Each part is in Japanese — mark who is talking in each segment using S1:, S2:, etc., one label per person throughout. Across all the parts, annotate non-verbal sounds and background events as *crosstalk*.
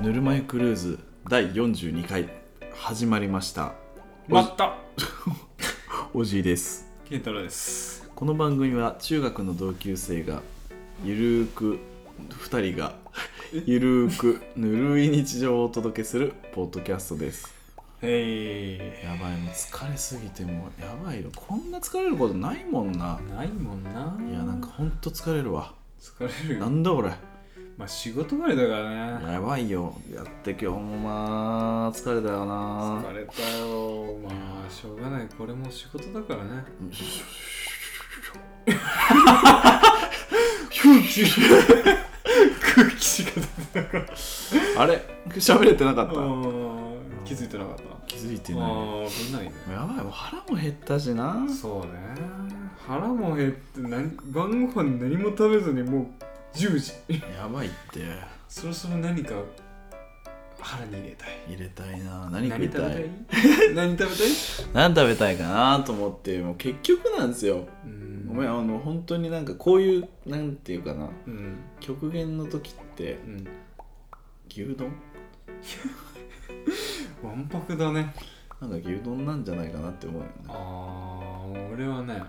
S1: ぬるま湯クルーズ第42回始まりました
S2: また
S1: おじいです
S2: ケンタロウです
S1: この番組は中学の同級生がゆるーく2人がゆるーくぬるい日常をお届けするポッドキャストです
S2: え
S1: やばいもう疲れすぎてもうやばいよこんな疲れることないもんな
S2: ー、ないもんない
S1: やなんかほんと疲れるわ
S2: 疲れる
S1: な
S2: よ
S1: んだ俺
S2: まあ仕事終わりだからね
S1: やばいよやって今日もまあ疲れたよな
S2: 疲れたよまあしょうがないこれも仕事だからね空気空気しか出てなかった
S1: あれ喋れてなか
S2: あ
S1: った
S2: ー気づいてなかったあ
S1: 気づいてな
S2: ー危ないね
S1: いやばいもう腹も減ったしな
S2: そうね腹も減って何晩ご飯何も食べずにもう10時
S1: やばいって
S2: そろそろ何か腹に入れたい
S1: 入れたいな何食いたい
S2: 何食べたい何食べたい
S1: 何食べたいかなと思ってもう結局なんですよ
S2: うん
S1: *laughs* ごめんあの本当になんかこういうなんていうかな
S2: うん
S1: 極限の時って
S2: うん
S1: 牛丼
S2: わんぱくだね
S1: なんか牛丼なんじゃないかなって思うよね
S2: あー俺はね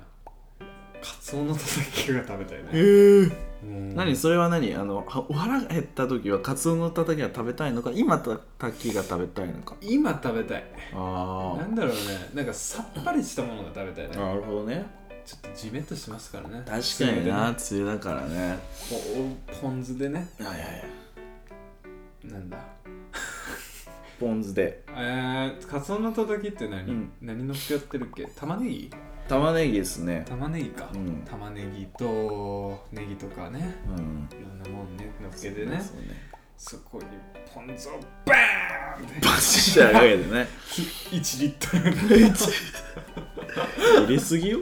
S2: カツオのたたきが食べたい
S1: え
S2: ね
S1: ー、
S2: うん
S1: 何それは何あのはお腹減った時はカツオのたたきが食べたいのか今たたきが食べたいのか
S2: 今食べたい
S1: あ
S2: なんだろうねなんかさっぱりしたものが食べたい
S1: あ
S2: ね
S1: なるほどね
S2: ちょっとジメッとしてますからね
S1: 確かにな梅雨だからね
S2: こうポン酢でね
S1: はいはいはい
S2: なんだ
S1: ポン酢で
S2: えー、カツオのたたきって何、
S1: うん
S2: 何のっけやってるっけ玉ねぎ
S1: 玉ねぎですね
S2: 玉ねぎか、
S1: うん
S2: 玉ねぎとネギとかね
S1: うん
S2: いろんなもんねのっけてね
S1: そうね
S2: そこにポン酢をバーンって
S1: バシッてかけてね
S2: 1リットル
S1: 入れすぎよ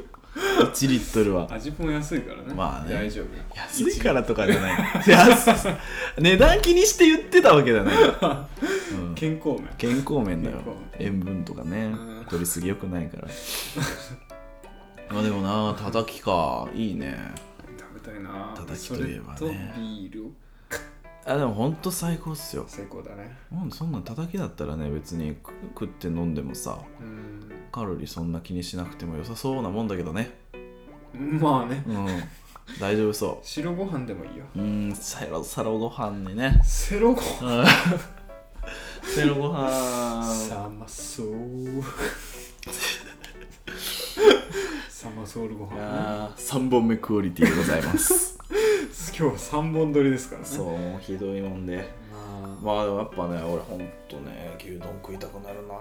S1: 1リットルは
S2: *laughs* 味も安いからね
S1: まあね
S2: 大丈夫
S1: 安いからとかじゃない安い値段気にして言ってたわけじゃないから、うん
S2: 健康面
S1: 健康面だよ
S2: 健康
S1: 塩分とかね
S2: うん
S1: 取りすぎよくないからまあでもなたたきかいいね
S2: 食べたいな
S1: たたきといえばね
S2: それとビール
S1: あでもほんと最高っすよ
S2: 最高だね
S1: もうそんなんたたきだったらね別にく食って飲んでもさ
S2: うん
S1: カロリーそんな気にしなくても良さそうなもんだけどね
S2: まあね
S1: うん大丈夫そ
S2: 白ご飯でもいいよ
S1: ううんセロセロご飯にね
S2: セロご飯
S1: うんセロご飯
S2: サマソ
S1: *laughs*
S2: ーサマソールご
S1: い
S2: 飯ね
S1: や3本目クオリティでございます
S2: 今日は3本撮りですからね
S1: *laughs* そうもうひどいもんで
S2: まあ、
S1: まあでもやっぱね俺ほんとね牛丼食いたくなるな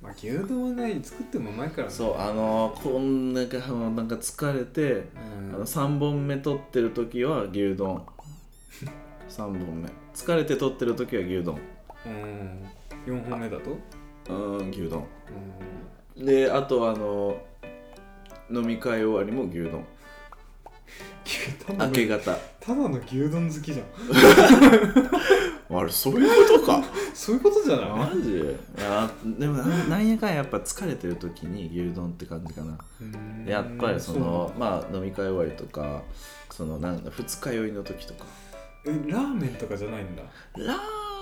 S2: まあ、牛丼はね作ってもうまいからね
S1: そうあのこんなかなんか疲れて、
S2: うん
S1: あの3本目取ってる時は牛 *laughs* 丼3本目疲れて取ってる時は牛丼
S2: うん4本目だとうん
S1: うーん牛丼であとあの飲み会終わりも牛丼
S2: 牛ただ
S1: 明
S2: の
S1: け方
S2: ただの牛丼好きじゃん
S1: あれそういうことか
S2: そういうことじゃな
S1: *laughs* マ
S2: い
S1: ジあでもななんやかんややっぱ疲れてる時に牛丼って感じかな
S2: うん
S1: やっぱりそうのまあ飲み会終わりとかそのなんか二日酔いの時とか
S2: えラーメンとかじゃないんだ
S1: ラ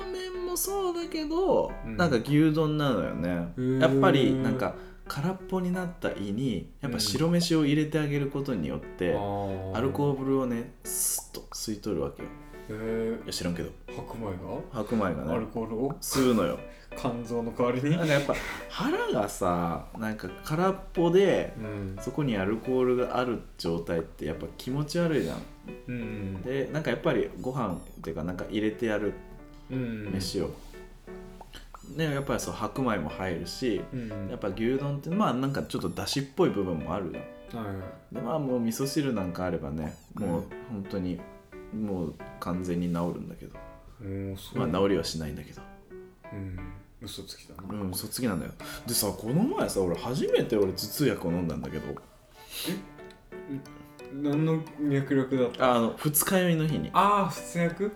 S1: ーメンもそうだけど、
S2: うん
S1: なんか牛丼なのよね
S2: へー
S1: やっぱりなんか空っぽになった胃にやっぱ白飯を入れてあげることによって、ア
S2: ア
S1: ルコールをねスッと吸い取るわけよ
S2: ール
S1: いや知らんけど
S2: えー、白米
S1: 白米
S2: が
S1: が
S2: アル
S1: ね
S2: コールを
S1: 吸うのよ
S2: 肝臓の代わりに
S1: なんかやっぱ腹がさなんか空っぽで
S2: うん
S1: そこにアルコールがある状態ってやっぱ気持ち悪いじゃん
S2: うん
S1: でなんかやっぱりご飯っていうかなんか入れてやる
S2: うん
S1: 飯を、ねやっぱりそう白米も入るし
S2: うん
S1: やっぱ牛丼ってまあなんかちょっとだしっぽい部分もあるよ
S2: はい
S1: でまあもう味噌汁なんかあればね
S2: うん
S1: もう本当にもう完全に治るんだけど、
S2: もうそ
S1: ま
S2: う、
S1: あ治りはしないんだけど
S2: うん嘘つきだな
S1: うんそっつきなんだよでさこの前さ俺初めて俺頭痛薬を飲んだんだけど
S2: 何の脈力だった
S1: あの二日酔いの日に
S2: ああ普通薬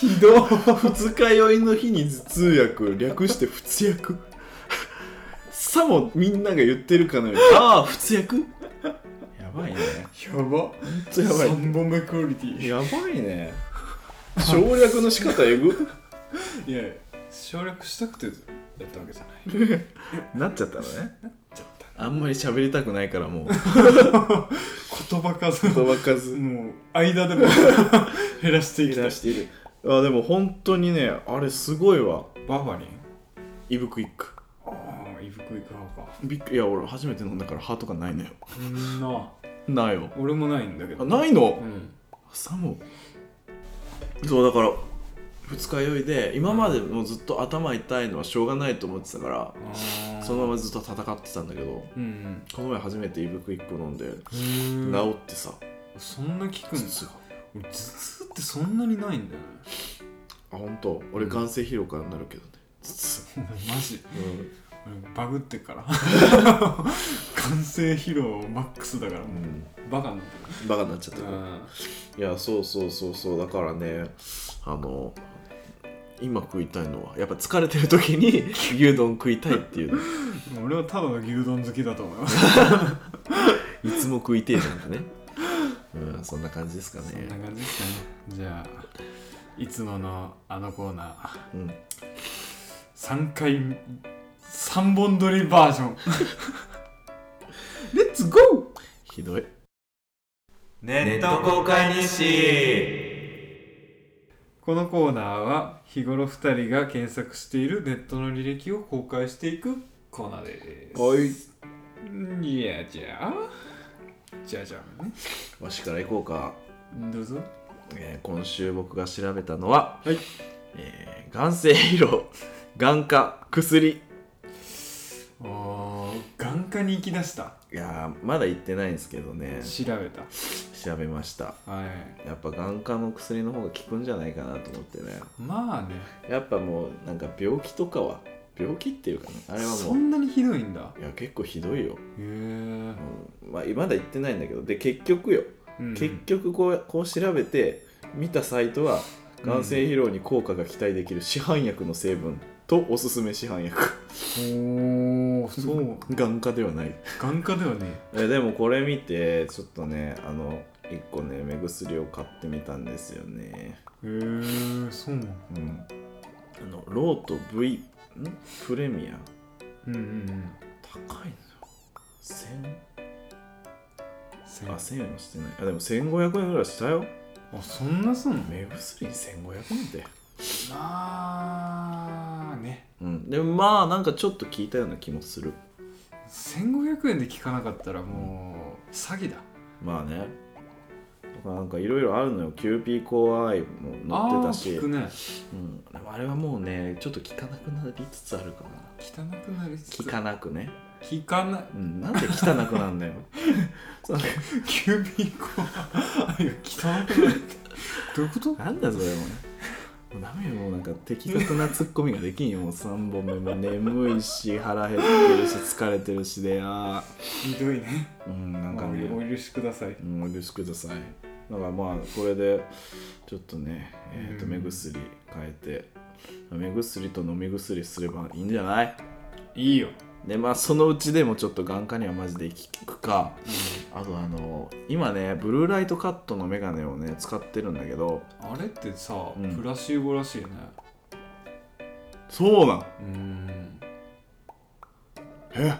S2: ひど
S1: 二日酔いの日に頭痛薬略して不通薬さもみんなが言ってるかのようにああ不通薬やばいね
S2: やば
S1: ほんとやばい
S2: 3本目クオリティ
S1: やばいね省略の仕方えぐ
S2: いや省略したくてやったわけじゃない
S1: なっちゃったのね
S2: ちゃった
S1: あんまり喋りたくないからもう
S2: 言葉数
S1: 言葉数
S2: もう間
S1: *laughs*
S2: でも減らしていきたい
S1: しているあでも本当にねあれすごいわ
S2: バファリン
S1: イブクイック
S2: ああイブクイクハー
S1: びっくいや俺初めて飲んだから歯とかないのよ
S2: パーうんな
S1: ないよ
S2: 俺もないんだけ
S1: あ
S2: ど
S1: ないの、
S2: うん
S1: 朝もそうだから二日酔いで今までもうずっと頭痛いのはしょうがないと思ってたか
S2: あ
S1: ら
S2: ー
S1: そのままずっと戦ってたんだけど
S2: うんうん
S1: この前初めてイブクイック飲んで
S2: うん
S1: 治ってさ
S2: そんな効くん
S1: 頭
S2: だ
S1: 痛が
S2: 俺頭痛ってそんなにないんだよね *laughs*
S1: あ本当俺眼性疲労からなるけどね頭痛
S2: マジ
S1: うん
S2: 俺バグってっから *laughs* 完成疲労マックスだからもうバカなんだ
S1: うんバカになっちゃった
S2: ようん
S1: いやそうそうそうそうだからねあの今食いたいのはやっぱ疲れてる時に *laughs* 牛丼食いたいっていうの
S2: 俺はただの牛丼好きだと思います
S1: いつも食いてえじゃんって
S2: *laughs*
S1: ねうんそんな感じですか
S2: そん
S1: ね
S2: な感じですかねじゃあいつものあのコーナー
S1: うん
S2: 3回3本撮りバージョン
S1: レッツゴーひどい
S2: ネ
S1: ット公
S2: 開日このコーナーは日頃2人が検索しているネットの履歴を公開していくコーナーです
S1: はい
S2: いやじゃあじゃあじゃあね
S1: わしから行こうか、
S2: どうぞ
S1: えー今週僕が調べたのは、
S2: はい
S1: えー眼性疲労眼科薬
S2: おー眼科に行きだした
S1: いやーまだ行ってないんですけどね
S2: 調べた
S1: 調べました
S2: はい
S1: やっぱ眼科の薬の方が効くんじゃないかなと思ってね
S2: まあね
S1: やっぱもうなんか病気とかは病気っていうかねあれは
S2: そ
S1: もうん
S2: なにひどいんだ
S1: いや結構ひどいよ、
S2: へえ、
S1: うんまあ、まだ言ってないんだけどで結局よ、
S2: うん
S1: 結局こうこう調べて見たサイトは眼性疲労に効果が期待できる市販薬の成分とおすすめ市販薬 *laughs*
S2: おおそう
S1: 眼科ではない
S2: 眼科ではね
S1: えでもこれ見てちょっとねあの1個ね目薬を買ってみたんですよね
S2: へえそうなんだ
S1: うんあのロート V んプレミア
S2: うんうんうん
S1: 高いのよ
S2: せ
S1: 1000あ
S2: あ
S1: 1000円はしてないあでも1500円ぐらいしたよ
S2: そんなすんの
S1: 目薬に1500円って
S2: まあね
S1: うんでもまあなんかちょっと効いたような気もする
S2: 1500円で聞かなかったらもう詐欺だ
S1: まあねとかなんかいろいろあるのよキューピーコアアイも載ってたし
S2: あー聞くね
S1: うん、でもあれはもうねちょっと効かなくなりつつあるかな
S2: 汚くなりつつ
S1: 効かなくね、
S2: 聞かない
S1: うん、なんで汚くなんだよ *laughs* そう
S2: キューピーコアあいや汚くなるってどういうこと
S1: なんだそれもうもうダメよもうなんか的確なツッコミができんよもう3本目も眠いし腹減ってるし疲れてるしであ
S2: ひどいね
S1: ーうんなんかね
S2: まあお許しください
S1: うんお許しくださいだからまあこれでちょっとね、えー、と
S2: うん
S1: 目薬変えて目薬と飲み薬すればいいんじゃない
S2: いいよ
S1: でまあそのうちでもちょっと眼科にはマジで効くかあとあの今ねブルーライトカットのメガネをね使ってるんだけど
S2: あれってさ
S1: うん
S2: プラシーボらしいね
S1: そうなん
S2: うーん
S1: え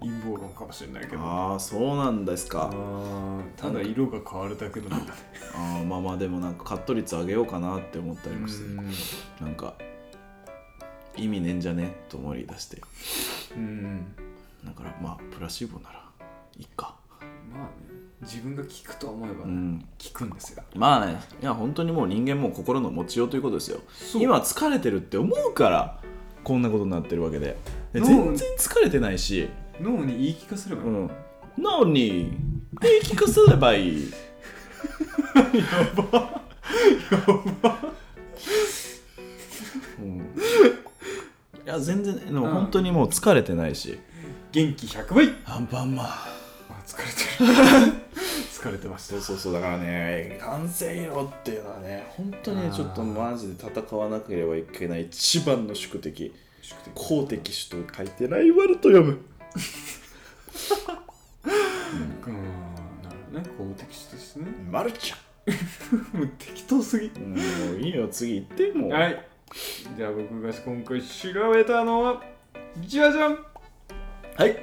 S2: 陰謀論かもしれないけど
S1: ああそうなんです
S2: あ
S1: か
S2: ーただ色が変わるだけなんだね
S1: あーまあまあでもなんかカット率上げようかなって思ったりもして
S2: うん
S1: なんか意味ねえんじゃねと思い出して
S2: うん
S1: だからまあプラシーボならいいか
S2: まあね自分が聞くと思えば
S1: う
S2: ね
S1: ん
S2: 聞くんですよ
S1: まあねいや本当にもう人間もう心の持ちようということですよ
S2: そう
S1: 今疲れてるって思うからこんなことになってるわけでで
S2: 脳
S1: 全然疲れてないし
S2: 脳に言い聞かせれば
S1: う
S2: いい
S1: んなのに定期化すればいいうんいや全然でも本当にもう疲れてないし、
S2: 元気100倍
S1: アンパンマン
S2: あ疲れてる疲れてました
S1: そうそうそうだからね完成疲労っていうのはね本当にね
S2: あー
S1: ちょっとマジで戦わなければいけない一番の宿敵公的主と書いてライバルと読む
S2: うんなるほどね公的視ですね
S1: マルち
S2: もう適当すぎ
S1: ゃんもういいよ次行ってもう
S2: はいじゃあ僕が今回調べたのはじゃじゃん
S1: はい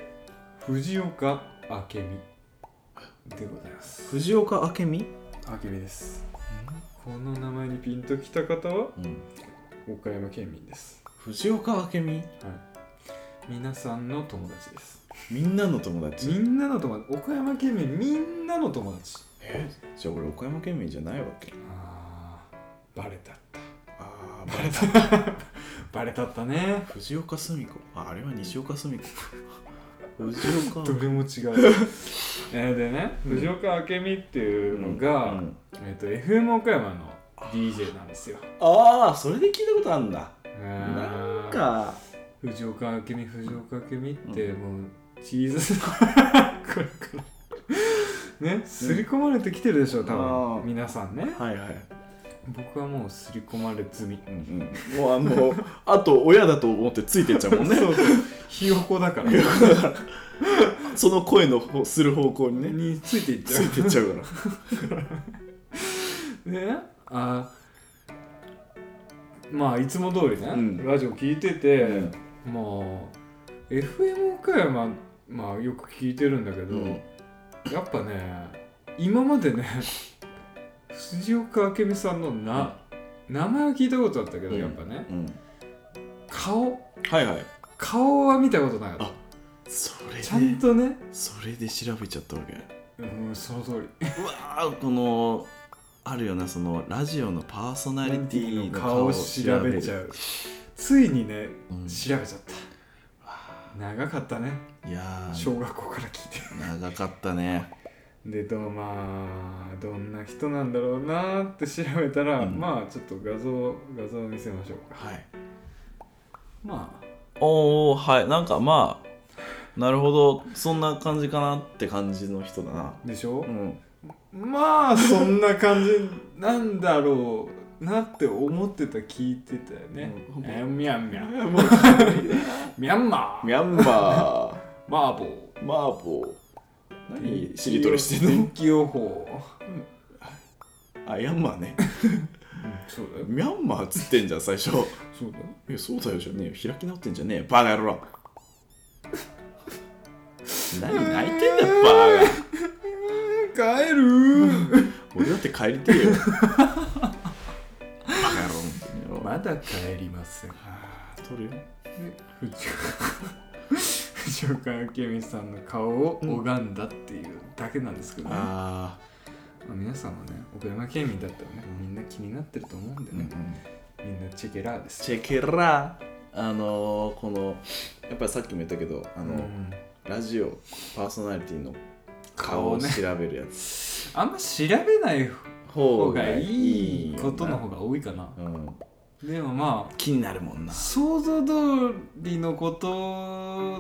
S2: 藤岡明美でございます
S1: 藤岡明美
S2: あけみですこの名前にピンときた方は
S1: うん
S2: 岡山県民です、
S1: 藤岡明美
S2: はい、皆さんの友達です
S1: みんなの友達
S2: みんなの友達岡山県民みんなの友達
S1: えじゃあ俺岡山県民じゃないわけ
S2: あーバレた
S1: ああ
S2: バレたバレたったね
S1: 藤岡澄子ああれは西岡澄子藤岡
S2: どれも違う *laughs* えーでね
S1: うん
S2: 藤岡明美っていうのが、
S1: うん
S2: えー、と FM 岡山の DJ なんですよ
S1: ああそれで聞いたことあるんだ
S2: な
S1: なんか
S2: 藤岡明美藤岡明美ってもうチーズのこれこれ *laughs* ね刷り込まれてきてるでしょ多
S1: あ
S2: 分
S1: ー
S2: 皆さんね
S1: はいはい
S2: 僕はもう刷り込まれ済み
S1: うんうんもうあのあと親だと思ってついてっちゃうもんね
S2: そうそうひよこだから *laughs*
S1: その声のほする方向にね
S2: についていっち
S1: つ
S2: ゃ
S1: いてっちゃうから
S2: うねあーまあいつも通りね、
S1: うん
S2: ラジオ聞いてて、もう FM 岡山まあよく聞いてるんだけど、
S1: うん
S2: やっぱね今までね *laughs* 藤岡明美さんのな、名前は聞いたことあったけど、
S1: うん
S2: やっぱね
S1: うん
S2: 顔
S1: はいはい
S2: 顔は見たことなかっ
S1: あそれ
S2: た
S1: で
S2: ちゃんとね、
S1: それで調べちゃったわけ
S2: うん、その通り
S1: うわーこのあるよなそのラジオのパーソナリティの
S2: 顔
S1: 顔
S2: を
S1: を
S2: 調べちゃ
S1: う、
S2: うついにね
S1: うん
S2: 調べちゃった、長かったね
S1: いやー
S2: 小学校から聞いて
S1: 長かったね
S2: でとまあどんな人なんだろうなーって調べたら、
S1: うん
S2: まあちょっと画像画像を見せましょうか
S1: はい
S2: ま
S1: おおはいなんかまあなるほどそんな感じかなって感じの人だな
S2: あでしょ
S1: う、ん
S2: まあそんな感じなんだろうなって思ってた聞いてたよね、
S1: うん
S2: えーミャンミ *laughs* ャンミャンマー
S1: ミャンマ
S2: マーボー
S1: ー *laughs* マーボー何しりとりしてん
S2: 天
S1: の
S2: 気予報
S1: あヤンマーね
S2: そうだよ
S1: ミャンマーっつってんじゃん最初 *laughs*
S2: そうだよ
S1: えそうだよじゃねえよ開き直ってんじゃねえよバカ野郎何泣いてんだよバカ
S2: 帰る
S1: 俺だって帰りてえよ *laughs* バカ野郎
S2: *laughs* まだ帰りません
S1: 取るよ
S2: 藤岡藤岡明美さんの顔を拝んだっていうだけなんですけどね、ま
S1: あ
S2: あ、皆さんもね岡山県民だったらねみんな気になってると思うんで
S1: あ、うんう
S2: ね、
S1: ん
S2: みんなチェケラーです
S1: チェケラあのーこのやっぱりさっきも言ったけどあ
S2: あ
S1: の、ラジオパーソナリティの顔
S2: 顔
S1: を調
S2: ね
S1: べるやつ
S2: あんま調べない
S1: 方
S2: 方がいい
S1: よな
S2: ことの方が多いかな
S1: うん、
S2: でもまあ
S1: 気になるもんな
S2: 想像通りのこと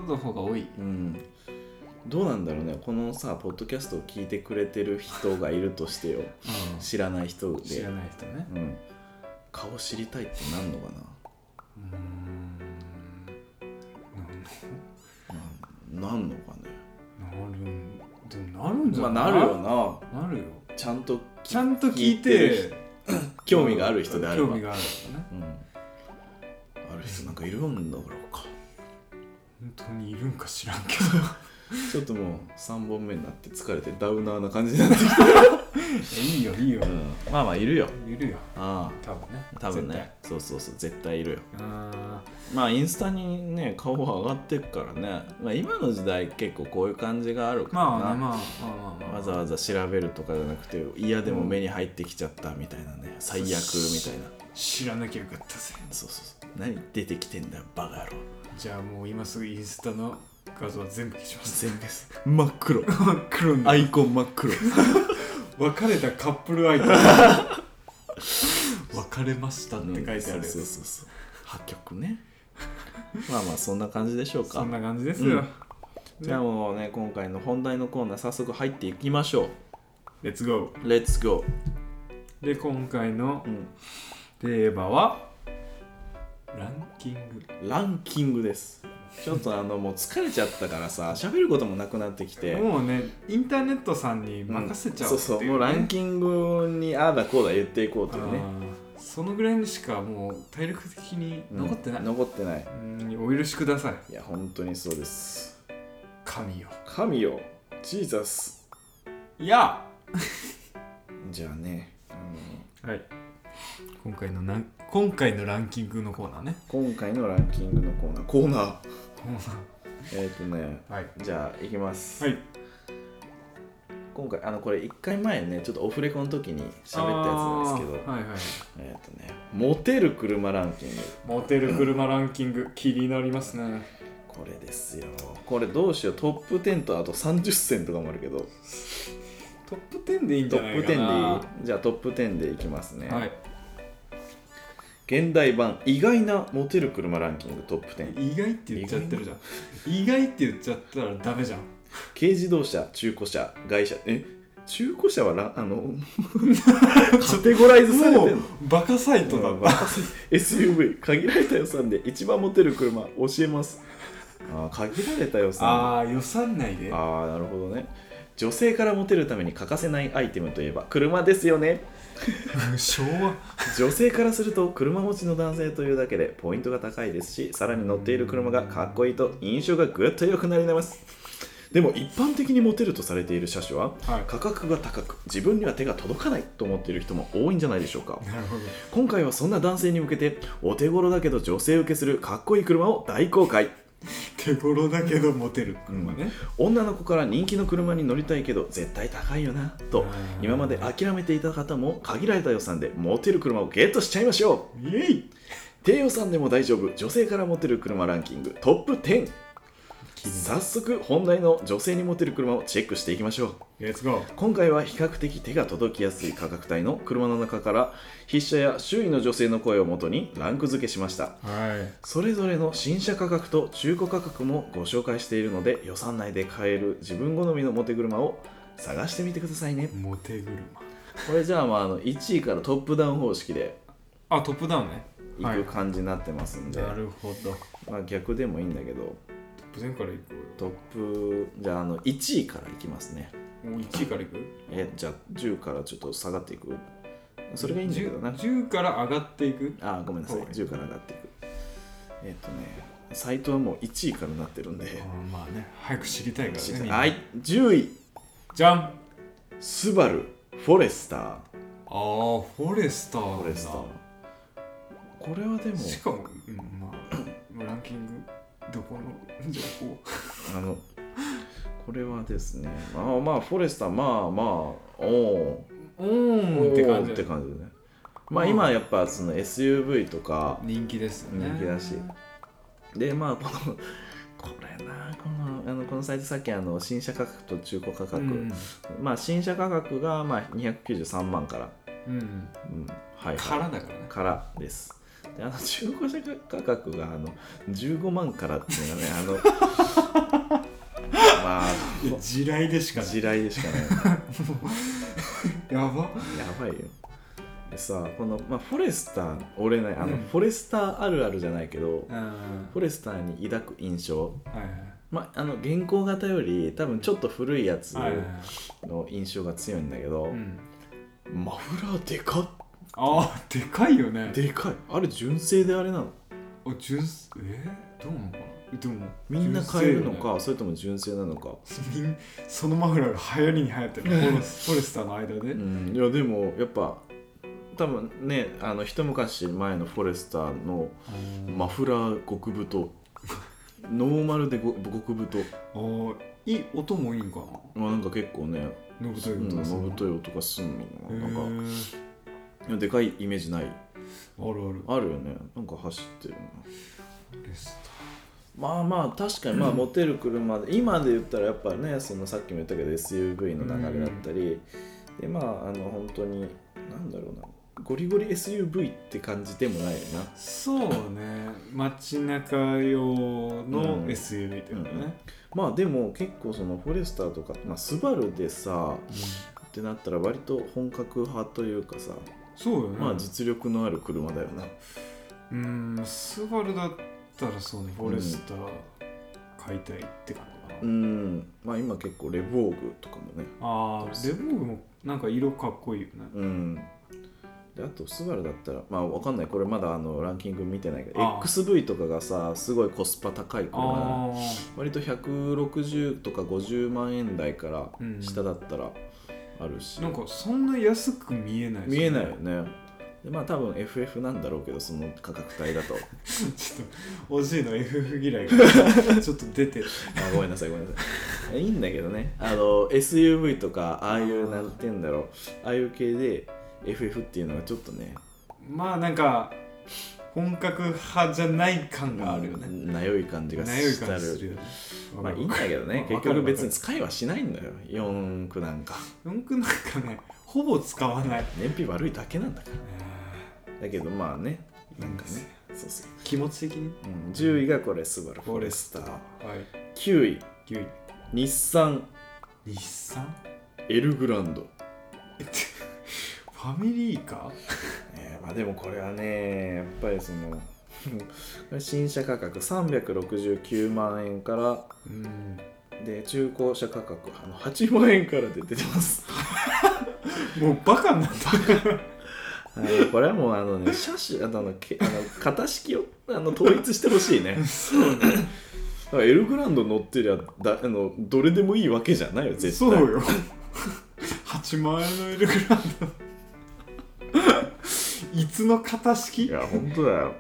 S2: の方が多い
S1: うんどうなんだろうねこのさポッドキャストを聞いてくれてる人がいるとしてよ知らない人で
S2: 知らない人ね
S1: うん、顔知りたいってなんのか
S2: うーんなん
S1: ななんなんのかね
S2: なるんでもなるんじゃ
S1: まあ
S2: ない、
S1: なるよ
S2: なるよ
S1: なちゃんと
S2: ちゃんと聞いて
S1: 興味がある人であれば
S2: 興味がある人ね
S1: うん、ある人なんかいるんだろうか
S2: 本当にいるんか知らんけ
S1: ちょっともう3本目になって疲れてダウナーな感じになってき
S2: ど *laughs* いいよいいよ
S1: た、うん、まあまあいるよ
S2: いるよ
S1: あ
S2: 多分ね
S1: あ多分
S2: 絶
S1: ねそうそうそう絶対いるよ
S2: 対あ
S1: まあインスタにね顔は上がってくからね、まあ、今の時代結構こういう感じがある
S2: ー
S1: からな
S2: まあねまあまあまあまあ
S1: わざわざ調べるとかじゃなくて嫌でも目に入ってきちゃったみたいなね、最悪みたいな
S2: 知らなきゃよかったぜ
S1: そうそうそう何出てきてんだよバカ野郎
S2: じゃあもう今すぐインスタの画像は全部消します
S1: 全です真っ
S2: *laughs*
S1: 黒
S2: 真っ黒に
S1: アイコン真っ黒
S2: 別れたカップルアイドル
S1: *laughs*
S2: 別れましたって書いてあるやつ、
S1: うんそうそうそうそう破局ねまあまあそんな感じでしょう
S2: そ
S1: か
S2: んな感じですよ、
S1: うんじゃあもうね今回の本題のコーナー早速入っていきましょ
S2: レッツゴ
S1: う Let's go、
S2: ーで今回の
S1: うん、
S2: テーマはランキング
S1: ランキングですちょっとあのもう疲れちゃったからさ喋ることもなくなってきて、
S2: もうねインターネットさんに任せちゃう
S1: そう
S2: ってい,、
S1: そううもうランキングにああだこうだ言っていこうというね
S2: あーそのぐらいにしかもう体力的に
S1: うん
S2: 残ってない、
S1: 残ってない
S2: うんお許しください
S1: いや本当にそうです
S2: 神よ
S1: 神よジーザス
S2: いや
S1: じゃあねあの
S2: はい今回のなん今回のランキングのコーナーね
S1: 今回のランキングのコーナーコーナー
S2: コーナ
S1: えっ、とね
S2: ーはい
S1: じゃあいきます、
S2: はい
S1: 今回あのこれ1回前ねちょっとオフレコの時に喋ったやつなんですけど、
S2: あーはいはい
S1: えっ、とねモテる車ランキング
S2: モテる車ランキング気になりますね
S1: これですよこれどうしようトップ10とあと30選とかもあるけど
S2: トップ10でいいんじ
S1: ト
S2: ゃな
S1: ッ
S2: い
S1: プ
S2: かな
S1: 10でいいじゃあトップ10でいきますね、
S2: はい
S1: 現代版意外なモテる車ランキングトップ10
S2: 意外って言っちゃってるじゃん意外って言っちゃったらダメじゃん
S1: 軽自動車中古車外車え中古車はラ *laughs* あ
S2: *laughs*
S1: のカテゴライズされ
S2: も
S1: て
S2: うん
S1: の
S2: バカサイトだ
S1: *laughs* うん SUV 限られた予算で一番モテる車教えますあー限られた予算あ
S2: ああ予算内で
S1: あーなるほどね女性からモテるために欠かせないアイテムといえば車ですよね
S2: *laughs* 昭和
S1: 女性からすると車持ちの男性というだけでポイントが高いですしさらに乗っている車がかっこいいと印象がぐっと良くなりますでも一般的にモテるとされている車種は
S2: は
S1: 価格が高く自分には手が届かないと思っている人も多いんじゃないでしょうか
S2: なるほど
S1: 今回はそんな男性に向けてお手頃だけど女性受けするかっこいい車を大公開
S2: 手頃だけどモテる車ね、
S1: 女の子から人気の車に乗りたいけど絶対高いよなと
S2: うん
S1: 今まで諦めていた方も限られた予算でモテる車をゲットしちゃいましょう
S2: イエイ
S1: 低予算でも大丈夫女性からモテる車ランキングトップ10早速本題の女性にモテる車をチェックしていきましょう
S2: レッツゴー
S1: 今回は比較的手が届きやすい価格帯の車の中から筆者や周囲の女性の声をもとにランク付けしました
S2: はい
S1: それぞれの新車価格と中古価格もご紹介しているので予算内で買える自分好みのモテ車を探してみてくださいね
S2: モテ車
S1: これじゃあまああの1位からトップダウン方式で
S2: あトップダウンね
S1: いく感じになってますんで、
S2: なるほど
S1: まあ、逆でもいいんだけど
S2: トップ10からいく
S1: トップじゃああの1位からいきますね
S2: もう1位からいく
S1: えじゃあ10からちょっと下がっていくそれがいいんだけどな
S2: 10, 10から上がっていく
S1: あごめんなさい
S2: はい
S1: 10から上がっていくえっ、とねサイトはもう1位からなってるんで、
S2: まあね早く知りたいからねみんな
S1: はい10位
S2: じゃんあ
S1: スバルフォレスター
S2: あーフォレスターなんだ
S1: フォレスターこれはでも
S2: しかも、うん、まあランキングどこの情報
S1: あのこれはですねまあまあフォレスターまあまあお
S2: うー
S1: ー
S2: んって感じ
S1: って感じでねまあ今やっぱその SUV とか
S2: 人気ですよね
S1: 人気だしでまあこの *laughs* これなこのあのこのサイトさっきあの新車価格と中古価格、
S2: うん
S1: まあ新車価格がまあ293万から、
S2: うん、
S1: うんはいはい、
S2: からだからね
S1: からです。であの中古車価格があの15万からっていうのがねあの *laughs* まあ
S2: いや地雷でしかない
S1: 地雷でしかない
S2: やば
S1: やばいよでさこの、まあ、フォレスター俺ねあの、
S2: うん
S1: フォレスターあるあるじゃないけど
S2: うんは
S1: フォレスターに抱く印象
S2: いはい
S1: まああの現行型より多分ちょっと古いやつ
S2: はいはい
S1: の印象が強いんだけど、
S2: うん
S1: マフラーでかっ
S2: あーでかいよね
S1: でかいあれ純正であれなの
S2: あ純粋えー、どうなのかなでも
S1: みんな買えるのか、それとも純正なのか
S2: 純正よねみんそのマフラーが流行りに流行ってるフォレスフォレスターの間で、
S1: うん、いやでもやっぱ多分ねあの一昔前のフォレスターのマフラー極太
S2: *laughs*
S1: ノーマルでご極太
S2: あーいい音もいいのか
S1: まあなんか結構ね
S2: なのぶとい
S1: うん
S2: 音がする
S1: のぶとい音がすんのかななんか
S2: へー
S1: いやでかいイメージない
S2: あるある
S1: あるよねなんか走ってるな
S2: レス
S1: まあまあ確かにまあモテる車で今で言ったらやっぱねそのさっきも言ったけど SUV の流れだったり、でまああの本当になんだろうなゴリゴリ SUV って感じでもないよな
S2: そうね街中用
S1: う
S2: の
S1: ん
S2: SUV ってことね、
S1: うんまあでも結構そのフォレスターとか、まあ、スバルでさってなったら割と本格派というかさ、
S2: そうよね、
S1: まあ実力のある車だよな、
S2: うんスバルだったらそうねフォレスター、買いたいって感じかな、
S1: うんまあ今結構レボーグとかもね
S2: ああレボーグもなんか色かっこいいよね、
S1: うんであとスバルだったらまあわかんないこれまだあのランキング見てないけど
S2: あー
S1: XV とかがさすごいコスパ高いから
S2: あ
S1: 割と160とか50万円台から
S2: うん
S1: 下だったらあるし、
S2: あなんかそんな安く見えない
S1: 見えないよねでまあ多分 FF なんだろうけどその価格帯だ
S2: *laughs*
S1: と
S2: *laughs* ちょっと惜しいの FF 嫌い
S1: *laughs*
S2: がちょっと出てる
S1: あごめんなさいごめんなさいいいんだけどねあの SUV とかああいうなんて言うんだろうああいう系で FF っていうのがちょっとね
S2: まあなんか本格派じゃない感があるよね、
S1: なよい感じが
S2: なよい
S1: し
S2: 感
S1: た
S2: じする
S1: る
S2: よね
S1: まあいいんだけどね
S2: わ
S1: 結
S2: かるわかる
S1: 局別に使いはしないんだよ4区なんか
S2: 四駆なんかねほぼ使わない
S1: 燃費悪いだけなんだからだけどまあねなんかねそうそう
S2: 気持ち的に
S1: うん、10位がこれスバルフォレスター
S2: はい
S1: 9位
S2: 9位
S1: 日産
S2: 日産
S1: エルグランド、
S2: ファミリーカ
S1: えーまあ、でもこれはねやっぱりそのこれ新車価格369万円から
S2: ーうん
S1: で中古車価格あの8万円からで出てます、
S2: もうバカになった
S1: *laughs* あのこれはもうあのね車種あのあのけあの型式をあの統一してほしいね
S2: そうね
S1: だからエルグランド乗ってりゃだあのどれでもいいわけじゃないよ絶対
S2: そうよ8万円のエルグランドいつの型
S1: い
S2: 式
S1: や本当だ *laughs* よ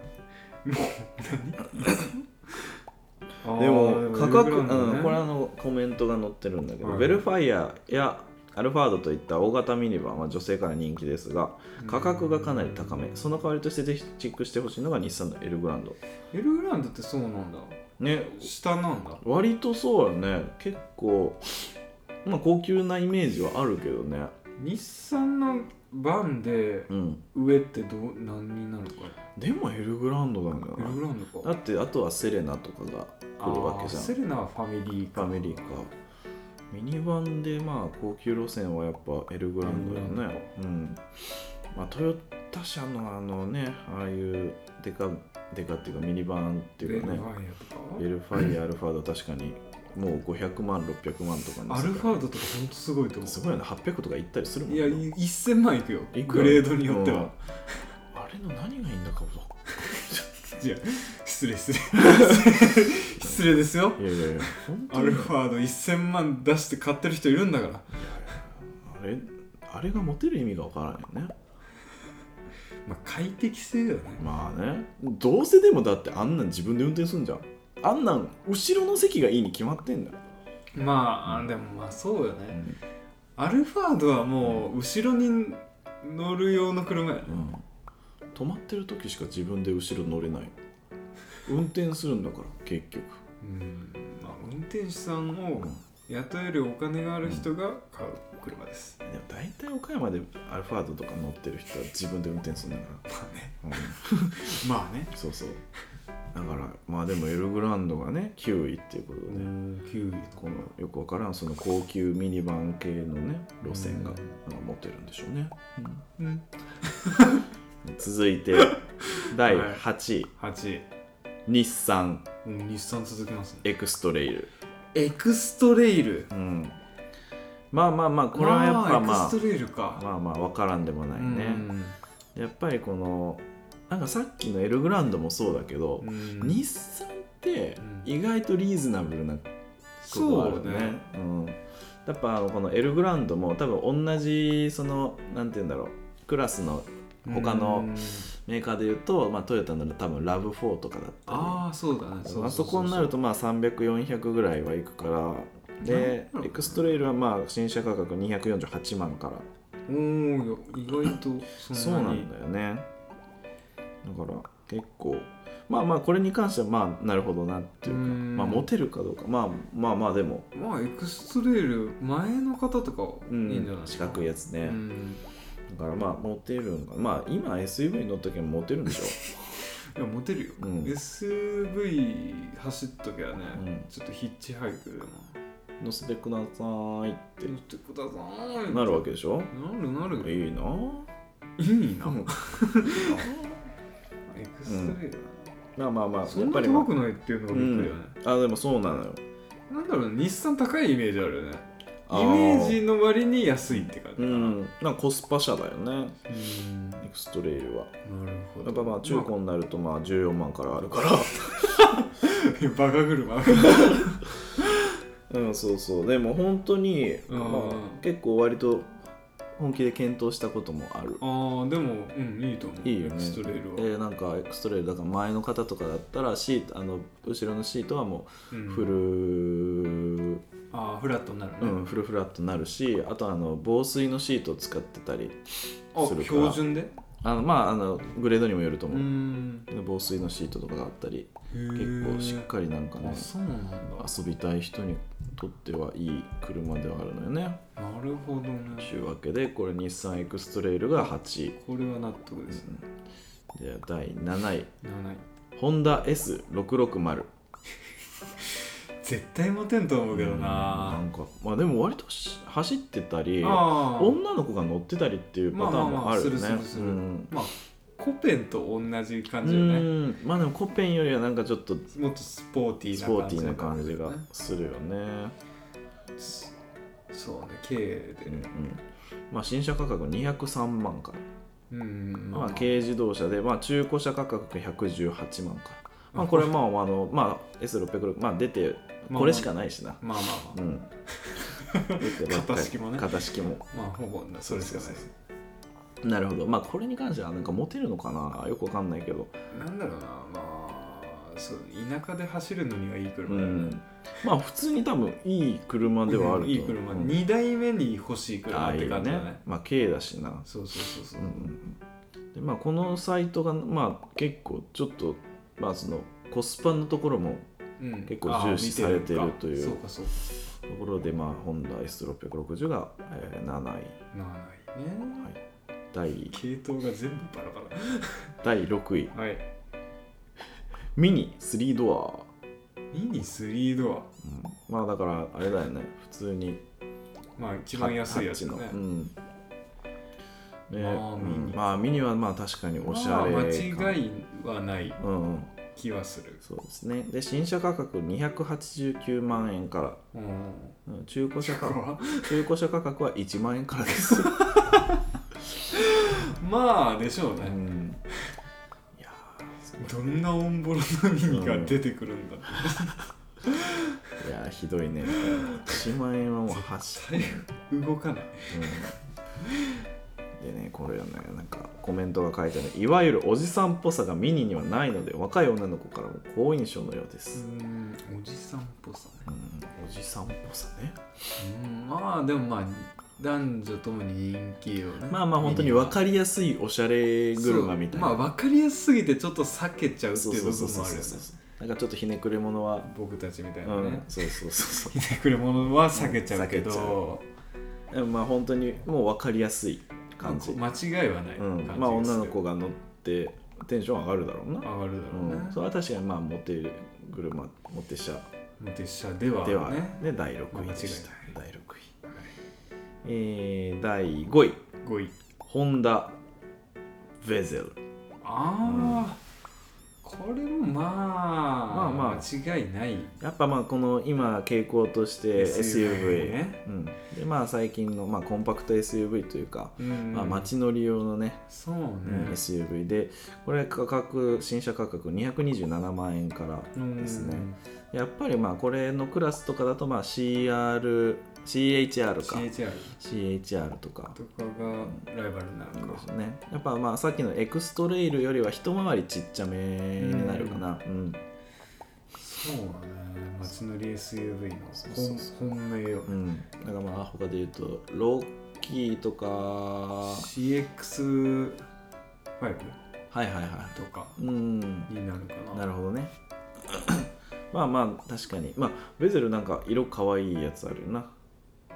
S1: で
S2: で
S1: も価格、
S2: う
S1: うんん、これあのコメントが載ってるんだけど、
S2: はい
S1: ベルファイアやアルファードといった大型ミニバンは女性から人気ですが価格がかなり高めその代わりとしてぜひチェックしてほしいのが日産のエルグランド
S2: エルグランドってそうなんだ
S1: ね
S2: 下なんだ
S1: 割とそうよね結構まあ高級なイメージはあるけどね
S2: 日産のバンで
S1: うん
S2: 上ってどう何になるのか
S1: でもエルグランドなんだよ
S2: エル
S1: な
S2: グランドか
S1: だってあとはセレナとかが来るわけじゃ
S2: あー
S1: ん
S2: セレナはファミリー
S1: フ
S2: か
S1: ァミリーかミニバンでまあ高級路線はやっぱエルグランドよ
S2: エルグラン
S1: ねうんまあトヨタ車のあのねああいうデカデカっていうかミニバンって
S2: ベ
S1: い
S2: ルフ
S1: うか
S2: ァ
S1: ね
S2: イアとか
S1: ベルファイアアルファード確かにもう500万600万とかの
S2: アルファードとかほんとすごいと思う
S1: すごいよね800とかいったりするもん
S2: いや
S1: ね
S2: い1000万いくよ
S1: い
S2: グ
S1: くよ
S2: レードによっては、
S1: うんあれの何がいいんだか分か
S2: じゃ失礼失礼 *laughs* 失礼ですよ
S1: んないいやいやいや本
S2: ア
S1: 当
S2: ル
S1: に
S2: ファード1000万出して買ってる人いるんだから
S1: あれあれが持てる意味が分からないよね
S2: まあ快適性だよね
S1: まあねどうせでもだってあんなん自分で運転すんじゃんあんなん後ろの席がいいに決まってんだよ、
S2: まああでもまあそうよね、アルファードはもう後ろに乗る用の車やね
S1: うん止まってる時しか自分で後ろ乗れない運転するんだから結局
S2: うんまあ運転手さんを雇えるお金がある人が買う車です
S1: でも大体岡山でアルファードとか乗ってる人は自分で運転するんだ
S2: ま
S1: か
S2: あね
S1: ら、うん
S2: まあね
S1: そうそうだからまあでもエルグランドがね9位っていうことで、
S2: 9位
S1: このよくわからんその高級ミニバン系のね路線が、
S2: うん
S1: あの持ってるんでしょうね、うん
S2: うん
S1: 続い
S2: *laughs*
S1: て第8位、
S2: 8位
S1: 日産
S2: もう日産続きますね
S1: エクストレイル、
S2: エクストレイル
S1: うん、まあまあまあこれはやっぱ
S2: エ
S1: ま
S2: クストレイルか
S1: あまあまあ分からんでもないうね、
S2: ん
S1: やっぱりこのなんかさっきのエルグランドもそうだけど、
S2: うん
S1: 日産って
S2: うん
S1: 意外とリーズナブルなことがあるよ
S2: そう
S1: ね
S2: ね
S1: うん、やっぱあのこのエルグランドも多分同じそのなんて言うんだろうクラスの他の
S2: うん
S1: メーカーで言うと、まあ、トヨタなら多分ラブ4とかだったり
S2: ああそうだねうううう
S1: あそこになるとまあ300400ぐらいはいくからで
S2: なんだろうね
S1: エクストレイルはまあ新車価格248万から、
S2: おーよ意外とそ
S1: そうん
S2: な
S1: な
S2: に
S1: んだよねだから結構まあまあこれに関してはまあなるほどなっていうか
S2: うん
S1: まあモテるかどうかまあまあまあでも、
S2: まあエクストレイル前の方とか
S1: う
S2: いい
S1: ん
S2: んじゃない
S1: 四角いやつね、
S2: うん
S1: だからまあモテるんかまあ今 SUV に乗っときゃモテるんでしょ
S2: いやモテるよ、 *laughs*
S1: うん
S2: SUV 走っときゃね、
S1: うん
S2: ちょっとヒッチハイクでも
S1: 乗せてくださいって
S2: 乗ってくださーい
S1: なるわけでしょ
S2: なるなる
S1: い
S2: い
S1: いない
S2: な、
S1: うん
S2: エクストレイルだな、
S1: *laughs* まあまあまあ
S2: そ
S1: や
S2: ん
S1: っぱ
S2: な
S1: り、ま
S2: 高
S1: あ、
S2: くないっていうのがびっくりだね、
S1: あでもそうなのよ
S2: なんだろうね日産高いイメージあるよね
S1: あ
S2: イメージの割に安いって感じ
S1: う
S2: かな、
S1: んなんかコスパ車だよね
S2: うんな
S1: エクストレイルは
S2: るほど
S1: やっぱまあ中古になるとまあ14万からあるから *laughs*
S2: まあ *laughs* バカ車
S1: うん、そうそうでも本当に、
S2: うん
S1: まあ、結構割と本気で検討したこともある、
S2: ああでもうんいいと思う
S1: いいよね
S2: エクストレイルは、
S1: えーなんかエクストレイルだから前の方とかだったらシートあの後ろのシートはも
S2: うん
S1: うフル、うん
S2: ああフラットになるね、
S1: フルフラットになるしあとあの防水のシートを使ってたり
S2: あ
S1: するから
S2: 標準で
S1: あのまああのグレードにもよると
S2: う
S1: 思う、
S2: ん
S1: 防水のシートとかがあったり
S2: 結
S1: 結構しっかりなんかね
S2: あそうなんだ
S1: 遊びたい人にとってはいい車ではあるのよね。
S2: なるほど
S1: と
S2: ね
S1: いうわけでこれ日産エクストレイルが8位。
S2: これは納得ですね
S1: では第7位
S2: 7位
S1: ホンダ S660
S2: 絶対モテんと思うけど
S1: な
S2: なん
S1: かまあでも割とし走ってたり
S2: あー
S1: 女の子が乗ってたりっていうパターンもあるよね
S2: まあまあまあするするする
S1: うん
S2: まあコペンと同じ
S1: う
S2: 感じよね
S1: んまあでもコペンよりはなんかちょっと
S2: もっとスポーティ
S1: スポーティ
S2: ー
S1: ーな
S2: な
S1: 感
S2: 感
S1: じ
S2: じ
S1: がするよね
S2: そうね K で
S1: うんうんまあ新車価格203万から
S2: うん
S1: まあ、軽自動車で、まあ、中古車価格が118万から、まあ、これはまああの、まあ、S660、まあ、出て
S2: まあ
S1: これしかないしな、
S2: まあまあまあ *laughs*
S1: うん出てばっか
S2: 型
S1: り
S2: 式もね
S1: 型式も
S2: まあほぼそれしかないです
S1: なるほどまあこれに関してはなんかモテるのかなよくわかんないけど、
S2: なんだろうなまあそう田舎で走るのにはいい車
S1: う
S2: だよね
S1: ん、まあ普通に多分いい車ではあると思う、
S2: いい車、
S1: うん
S2: 2台目に欲しい
S1: あ
S2: 車
S1: あ
S2: っ
S1: い
S2: て
S1: う
S2: 感じだね
S1: ねまあ軽だしな、
S2: そうそうそうそうう、
S1: んうんうん、でまあこのサイトがまあ結構ちょっとまあそのコスパのところも
S2: うん
S1: 結構重視されてるという
S2: ああ見かそうかそう
S1: ところでまあホンダ S660 が、えー7位、
S2: か
S1: は
S2: ないね
S1: い、第
S2: 系統が全部バラバ
S1: 第6位
S2: ラはい
S1: ミニ3ド
S2: ミニ3ドア
S1: ア、うんまあだからあれだよね普通に
S2: まあ一番安いやつだ
S1: タッ
S2: ね
S1: チのうんで
S2: まあ
S1: うん
S2: ミニ
S1: まあミニはまあ確かにおしゃれ
S2: まあ
S1: 感
S2: 間違いはない
S1: うんうん
S2: 気はする
S1: そうですねで新車価格289万円から
S2: うん
S1: うん中古車
S2: こ
S1: 価
S2: れ
S1: 格
S2: は
S1: 中古車価格は1万円からです、 *laughs*
S2: まあでしょう
S1: う
S2: ね、
S1: ん、いやー
S2: どんなオンボロのミニが出てくるんだって、
S1: いやーひどいね1万円はもう走ってない、
S2: 動かない
S1: うん、でねこれはねなんかコメントが書いてあるいわゆるおじさんっぽさがミニにはないので若い女の子からも好印象のようで
S2: う
S1: す、
S2: んおじさんっぽさね
S1: うん、おじさんっぽさね
S2: うんまあでもまあ男女ともに人気よね
S1: まあまあ本当に分か
S2: り
S1: りやすいおしゃれ車みたいな
S2: まあ分かりやすすぎてちょっと避けちゃうっていう部分もあるよね
S1: なんかちょっとひねくれ者は、
S2: 僕たちみたいうなね、
S1: ん、そうそうそうそ
S2: ひねくれ者は避けちゃうけ
S1: 避けちゃ
S2: ど、
S1: うでもまあ本当にもう分かりやすい感じ、
S2: まあ間違いはない
S1: うん
S2: 感じがする、
S1: まあ女の子が乗ってテンション上がるだろうな
S2: 上がるだろうね、
S1: うん、それは確かにまあモテる車モテ車
S2: もう列車では
S1: ではあるね
S2: ね
S1: 第6位でした
S2: ま
S1: 第6位、えー、第5位
S2: 5位
S1: ホンダベゼル
S2: ああ、これもまあ
S1: まあまあ
S2: 間違いない
S1: やっぱまあこの今傾向として
S2: SUV
S1: SUV
S2: ね
S1: うん、でまあ最近のまあコンパクト SUV というか、
S2: うん
S1: まあ、街乗り用のね、
S2: そう
S1: うん
S2: ね、
S1: SUV でこれ価格新車価格227万円から
S2: うん
S1: ですねやっぱりまあこれのクラスとかだとまあ CR CHR か
S2: CHR
S1: CHR とか
S2: とかがライバルになる
S1: そうで
S2: か
S1: す、ねやっぱまあさっきのエクストレイルよりは一回りちっちゃめになるかなうん、
S2: そうだね街乗り SUV の
S1: そうそう
S2: 本
S1: そ
S2: 本命よ、
S1: うんだからまあ他で言うとロッキーとかは
S2: CX5
S1: いはいはい
S2: とか
S1: うん
S2: になるかな
S1: なるほどね *coughs* まあまあ確かにまあベゼルなんか色可愛いやつあるよな
S2: あ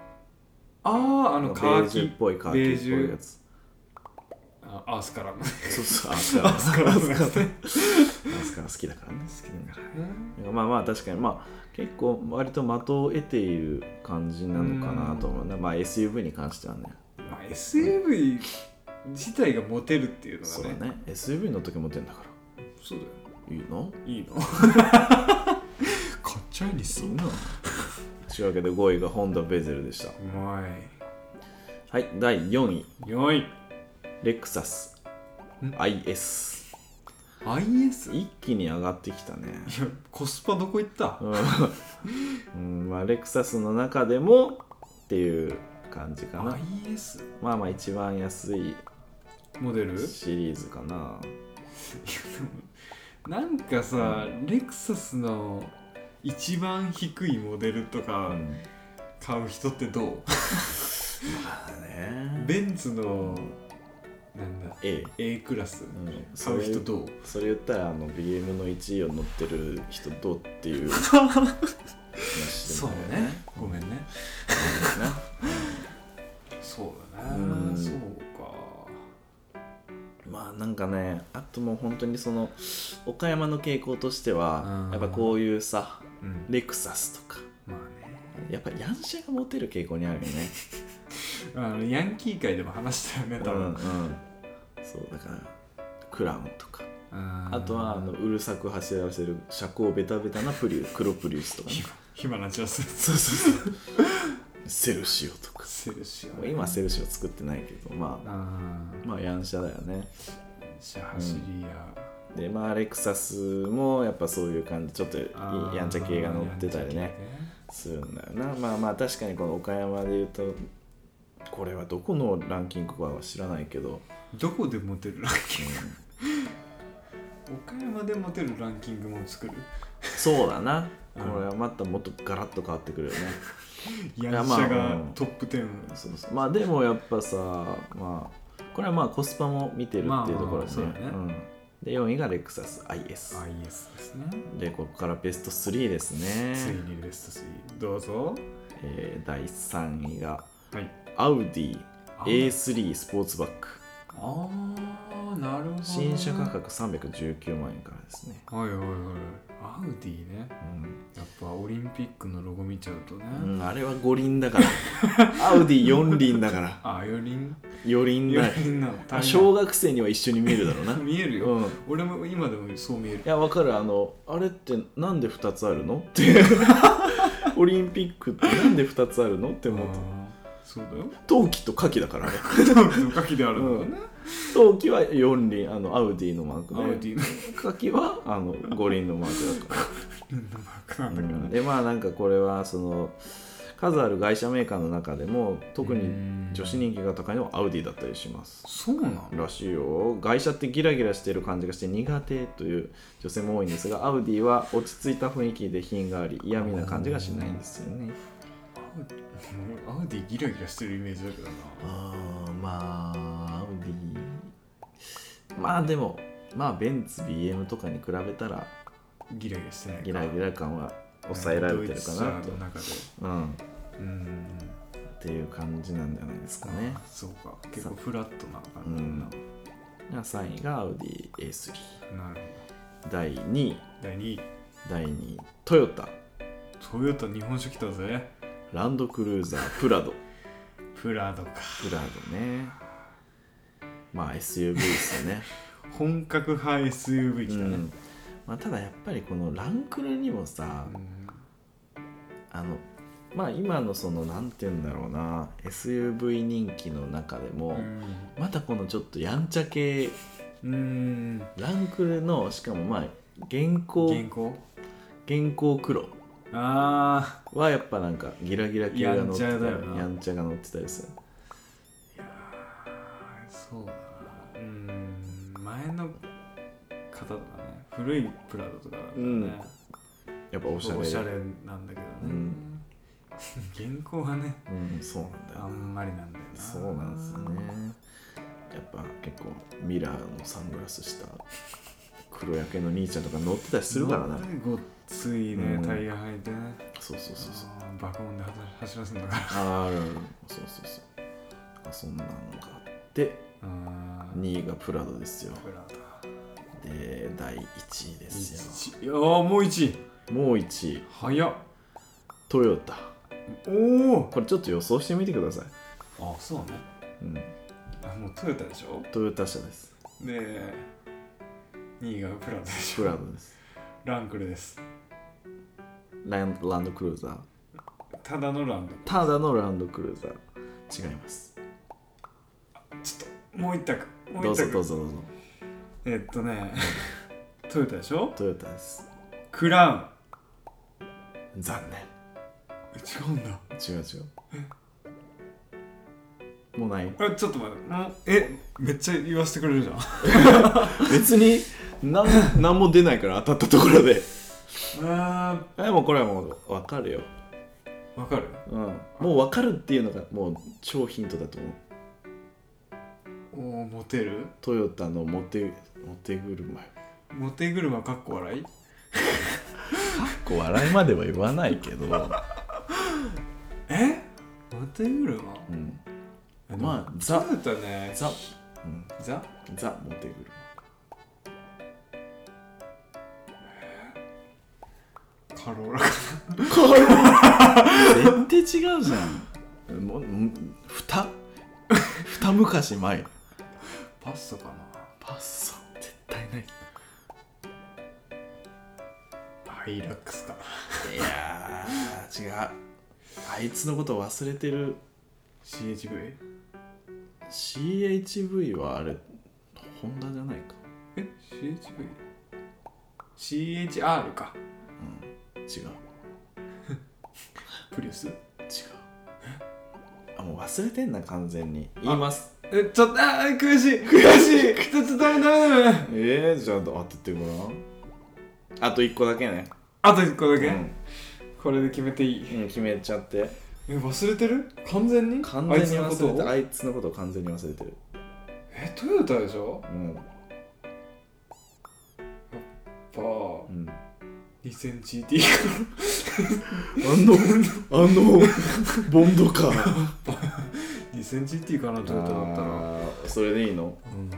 S2: ああ
S1: あ
S2: の
S1: ベ
S2: カ
S1: ー
S2: ー
S1: ジ
S2: キ
S1: ュっぽいカーキ
S2: ベー
S1: っ
S2: ジ
S1: ぽいや
S2: ュ
S1: つ
S2: あアースカラム
S1: そうそうアスカラ *laughs* アスカラアスカラ好きだからね好きだからまあまあ確かにまあ結構割と的を得ている感じなのかなと思うな、まあ SUV に関してはね
S2: まあ SUV 自体がモテるっていうの
S1: そう
S2: が
S1: だ
S2: ね
S1: ね SUV の時も出るんだから
S2: そうだよ
S1: いいない
S2: い *laughs* の買っちゃいにす
S1: いいな *laughs* というわけで5位がホンダベゼルでした
S2: うまい
S1: はい第4位
S2: よい
S1: レクサス
S2: ん
S1: IS
S2: IS? い
S1: 一気に上がってきたね
S2: やコスパどこ行った
S1: *laughs* うんうんまあレクサスの中でもっていう感じかな
S2: IS?
S1: まあまあ一番安い
S2: モデ *laughs* ル
S1: シリーズかな
S2: なんかさレクサスの一番低いモデルと
S1: う
S2: か
S1: ん
S2: 買う人ってど
S1: まあ
S2: う
S1: ね
S2: ベンツのなんだ
S1: A
S2: A クラス
S1: うん
S2: 買う人どう
S1: それ言ったらあの BM の1位を乗ってる人どうっていう話で
S2: そう
S1: もあるよ
S2: ねごめんねそうだ
S1: う
S2: ね
S1: ん
S2: そうか
S1: *laughs* まあなんかねあともう本当にその岡山の傾向としては
S2: うん
S1: やっぱこういうさ
S2: うん
S1: レクサスとか
S2: まあね
S1: やっぱヤンシャがモテる傾向にあるよね *laughs*
S2: あのヤンキー界でも話したよね
S1: う
S2: 多分
S1: んうんそうだからクラウンとか
S2: あ
S1: あとはあのうるさく走らせる車高ベタベタなプリウ黒プリウスとか、ね
S2: ひ、ヒマラジャス
S1: *laughs* そうそうそうセルシオとか
S2: セルシオ
S1: もう今セルシオ作ってないけどまあ
S2: ああ
S1: まあヤンシャだよね
S2: シャ走りや、
S1: でまあレクサスもやっぱそういう感じちょっとい
S2: あー
S1: やんちゃ系が乗ってたりねするんだよなまあまあ確かにこの岡山で言うとこれはどこのランキングかは知らないけ
S2: *laughs*
S1: ど、
S2: どこでモテるランキング
S1: うん
S2: 岡山でモテるランキングも作る
S1: そうだな
S2: うん
S1: これはまたもっとガラッと変わってくるよね、
S2: ヤ
S1: や
S2: ンシャ
S1: まあ
S2: が
S1: うん
S2: トップ10、
S1: そうそうまあでもやっぱさまあこれはまあコスパも見てるっていうところですね,、
S2: まあまあまあ
S1: うん、で4位がレクサス IS、
S2: IS ですね
S1: でここからベスト3ですね
S2: ついにベスト3どうぞ
S1: えー第3位が
S2: はい
S1: アウディ
S2: あ
S1: A3 スポーツバッグ
S2: あーなるほど
S1: 新車価格319万円からですね、
S2: はいはいはいアウディね
S1: うん
S2: やっぱオリンピックのロゴ見ちゃうとね、
S1: うんあれは5輪だから
S2: *laughs*
S1: アウディ4輪だから
S2: あよりん
S1: 4輪
S2: よ
S1: だよ
S2: りんなの
S1: ま
S2: 大
S1: あ
S2: 変
S1: 小学生には一緒に見えるだろうなうんい
S2: *laughs* 見えるよ、俺も今でもそう見える
S1: やわかるあのあれってなんで2つあるのって
S2: *laughs*
S1: オリンピックってなんで2つあるのって思って
S2: あーそうだよ
S1: 陶器と牡蠣だからね
S2: おかきであるんだよね、
S1: 陶器は4輪あのアウディのマーク
S2: アウデ
S1: で
S2: ィの
S1: 牡蠣はあの5輪のマークだから
S2: リンのマークなん
S1: う
S2: だから
S1: ん
S2: ね
S1: でまあなんかこれはその数ある外車メーカーの中でも特に女子人気が高いのはアウディだったりします
S2: そうなの
S1: らしいよ外車ってギラギラしてる感じがして苦手という女性も多いんですがアウディは落ち着いた雰囲気で品があり嫌味な感じがしないんですよね
S2: アウディギラギラしてるイメージだけどな
S1: あーまあアウディまあでもまあベンツ BM とかに比べたら
S2: ギラギラしてないか
S1: ギラギラ感は抑えられ
S2: ド
S1: てるかなと
S2: イツ車の、中で
S1: うん、っ
S2: うん
S1: ていう感じなんじゃないですかね
S2: あそうか結構フラットな感じ
S1: 3位がアウディ A3
S2: だな、なるほ
S1: 第2位
S2: ど第2位
S1: 第2位トヨタ
S2: トヨタ日本酒来たぜ
S1: ランドクルーザープラド
S2: プラドか
S1: プラドねまあ SUV です *laughs* よね、
S2: 本格派 SUV 来
S1: う
S2: たね、
S1: んまあ、ただやっぱりこのランクルにもさ
S2: うん
S1: あのまあ今のそのなんて言うんだろうな SUV 人気の中でも、またこのちょっとやんちゃ系
S2: うん
S1: ランクルのしかもまあ現行
S2: 原稿
S1: 現行黒
S2: あ
S1: はやっぱなんかギラギラ系が乗ってたり
S2: やんちゃだよな
S1: やんちゃが乗ってたりする
S2: ーいやーそうだなうん前の方とかね古いプラドとかだからね、
S1: うんやっぱお
S2: お
S1: し
S2: し
S1: ゃれ
S2: ゃれなんだけどね、
S1: う
S2: 原稿はね
S1: うんそうなんだよ
S2: あんまりなんだよな
S1: そうなんですよねやっぱ結構ミラーのサングラスした黒焼けの兄ちゃんとか乗ってたりするからな
S2: すごいごっついね、
S1: うん
S2: タイヤ履いてね
S1: そうそうそうそう
S2: あー爆音で走らせるんだから
S1: あるあるそうそうそうあそんなのがあって
S2: あー
S1: 2位がプラドですよ
S2: プラド
S1: で第1位です
S2: 一いやーもう1位
S1: よもう1位
S2: 早っ
S1: トヨタ
S2: おお
S1: これちょっと予想してみてください、
S2: あそうね
S1: うん、
S2: あもうトヨタでしょ
S1: トヨタ車です
S2: で2位がプラドでし
S1: プラ
S2: ょ *laughs*
S1: ドです
S2: ランクルです
S1: ランランドクルーザー
S2: ただのランド
S1: ただのランドクルーザー違います
S2: ちょっともう一択も
S1: ど
S2: う一
S1: うぞどう
S2: 択
S1: ぞどうぞ
S2: えっとね *laughs* トヨタでしょ
S1: トヨタです
S2: クラウン
S1: 残念
S2: 違うんだ
S1: 違う違うもうない
S2: えちょっと待ってもうえめっちゃ言わせてくれるじゃ *laughs* ん
S1: 別になん何も出ないから当たったところで
S2: あ
S1: でもこれはもう分かるよ、
S2: ーわかる
S1: うん、もう分かるっていうのがもう超ヒントだと思う
S2: おーモテる
S1: トヨタのモテモテ車よ
S2: モテ車かっこ笑い
S1: こう笑いまでは言わないけど、
S2: えモテ車
S1: うん、
S2: え
S1: まあ
S2: でも
S1: ザ
S2: トヨタね
S1: ザ、うん、
S2: ザ
S1: ザモテ
S2: カローラか
S1: 車絶対違うじゃんもうふたふた昔前
S2: パッソかな
S1: パッソ絶対ない
S2: ハイラックスか
S1: いやー違うあいつのこと忘れてる
S2: CHV
S1: CHV はあれホンダじゃないか
S2: え CHV CHR か
S1: 違う
S2: プリウス
S1: 違うあもう忘れてんな完全に言います
S2: えちょっとあー悔しい悔しいちょっとダメダメダメ
S1: えー、じゃあ当ててごらんあと1個だけね
S2: あと1個だけ、
S1: うん
S2: これで決めていい
S1: うん、決めちゃって
S2: え忘れてる完全に
S1: 完全に
S2: あいつ
S1: 忘
S2: のこ
S1: れて
S2: と
S1: る
S2: を
S1: あいつのことを完全に忘れてる
S2: えトヨタでしょ
S1: うん
S2: やっ
S1: う
S2: ぱ
S1: ん
S2: 2000GT
S1: あのあのボンドか
S2: 2000GT かなトヨタだったら、
S1: あーそれでいいの
S2: うん、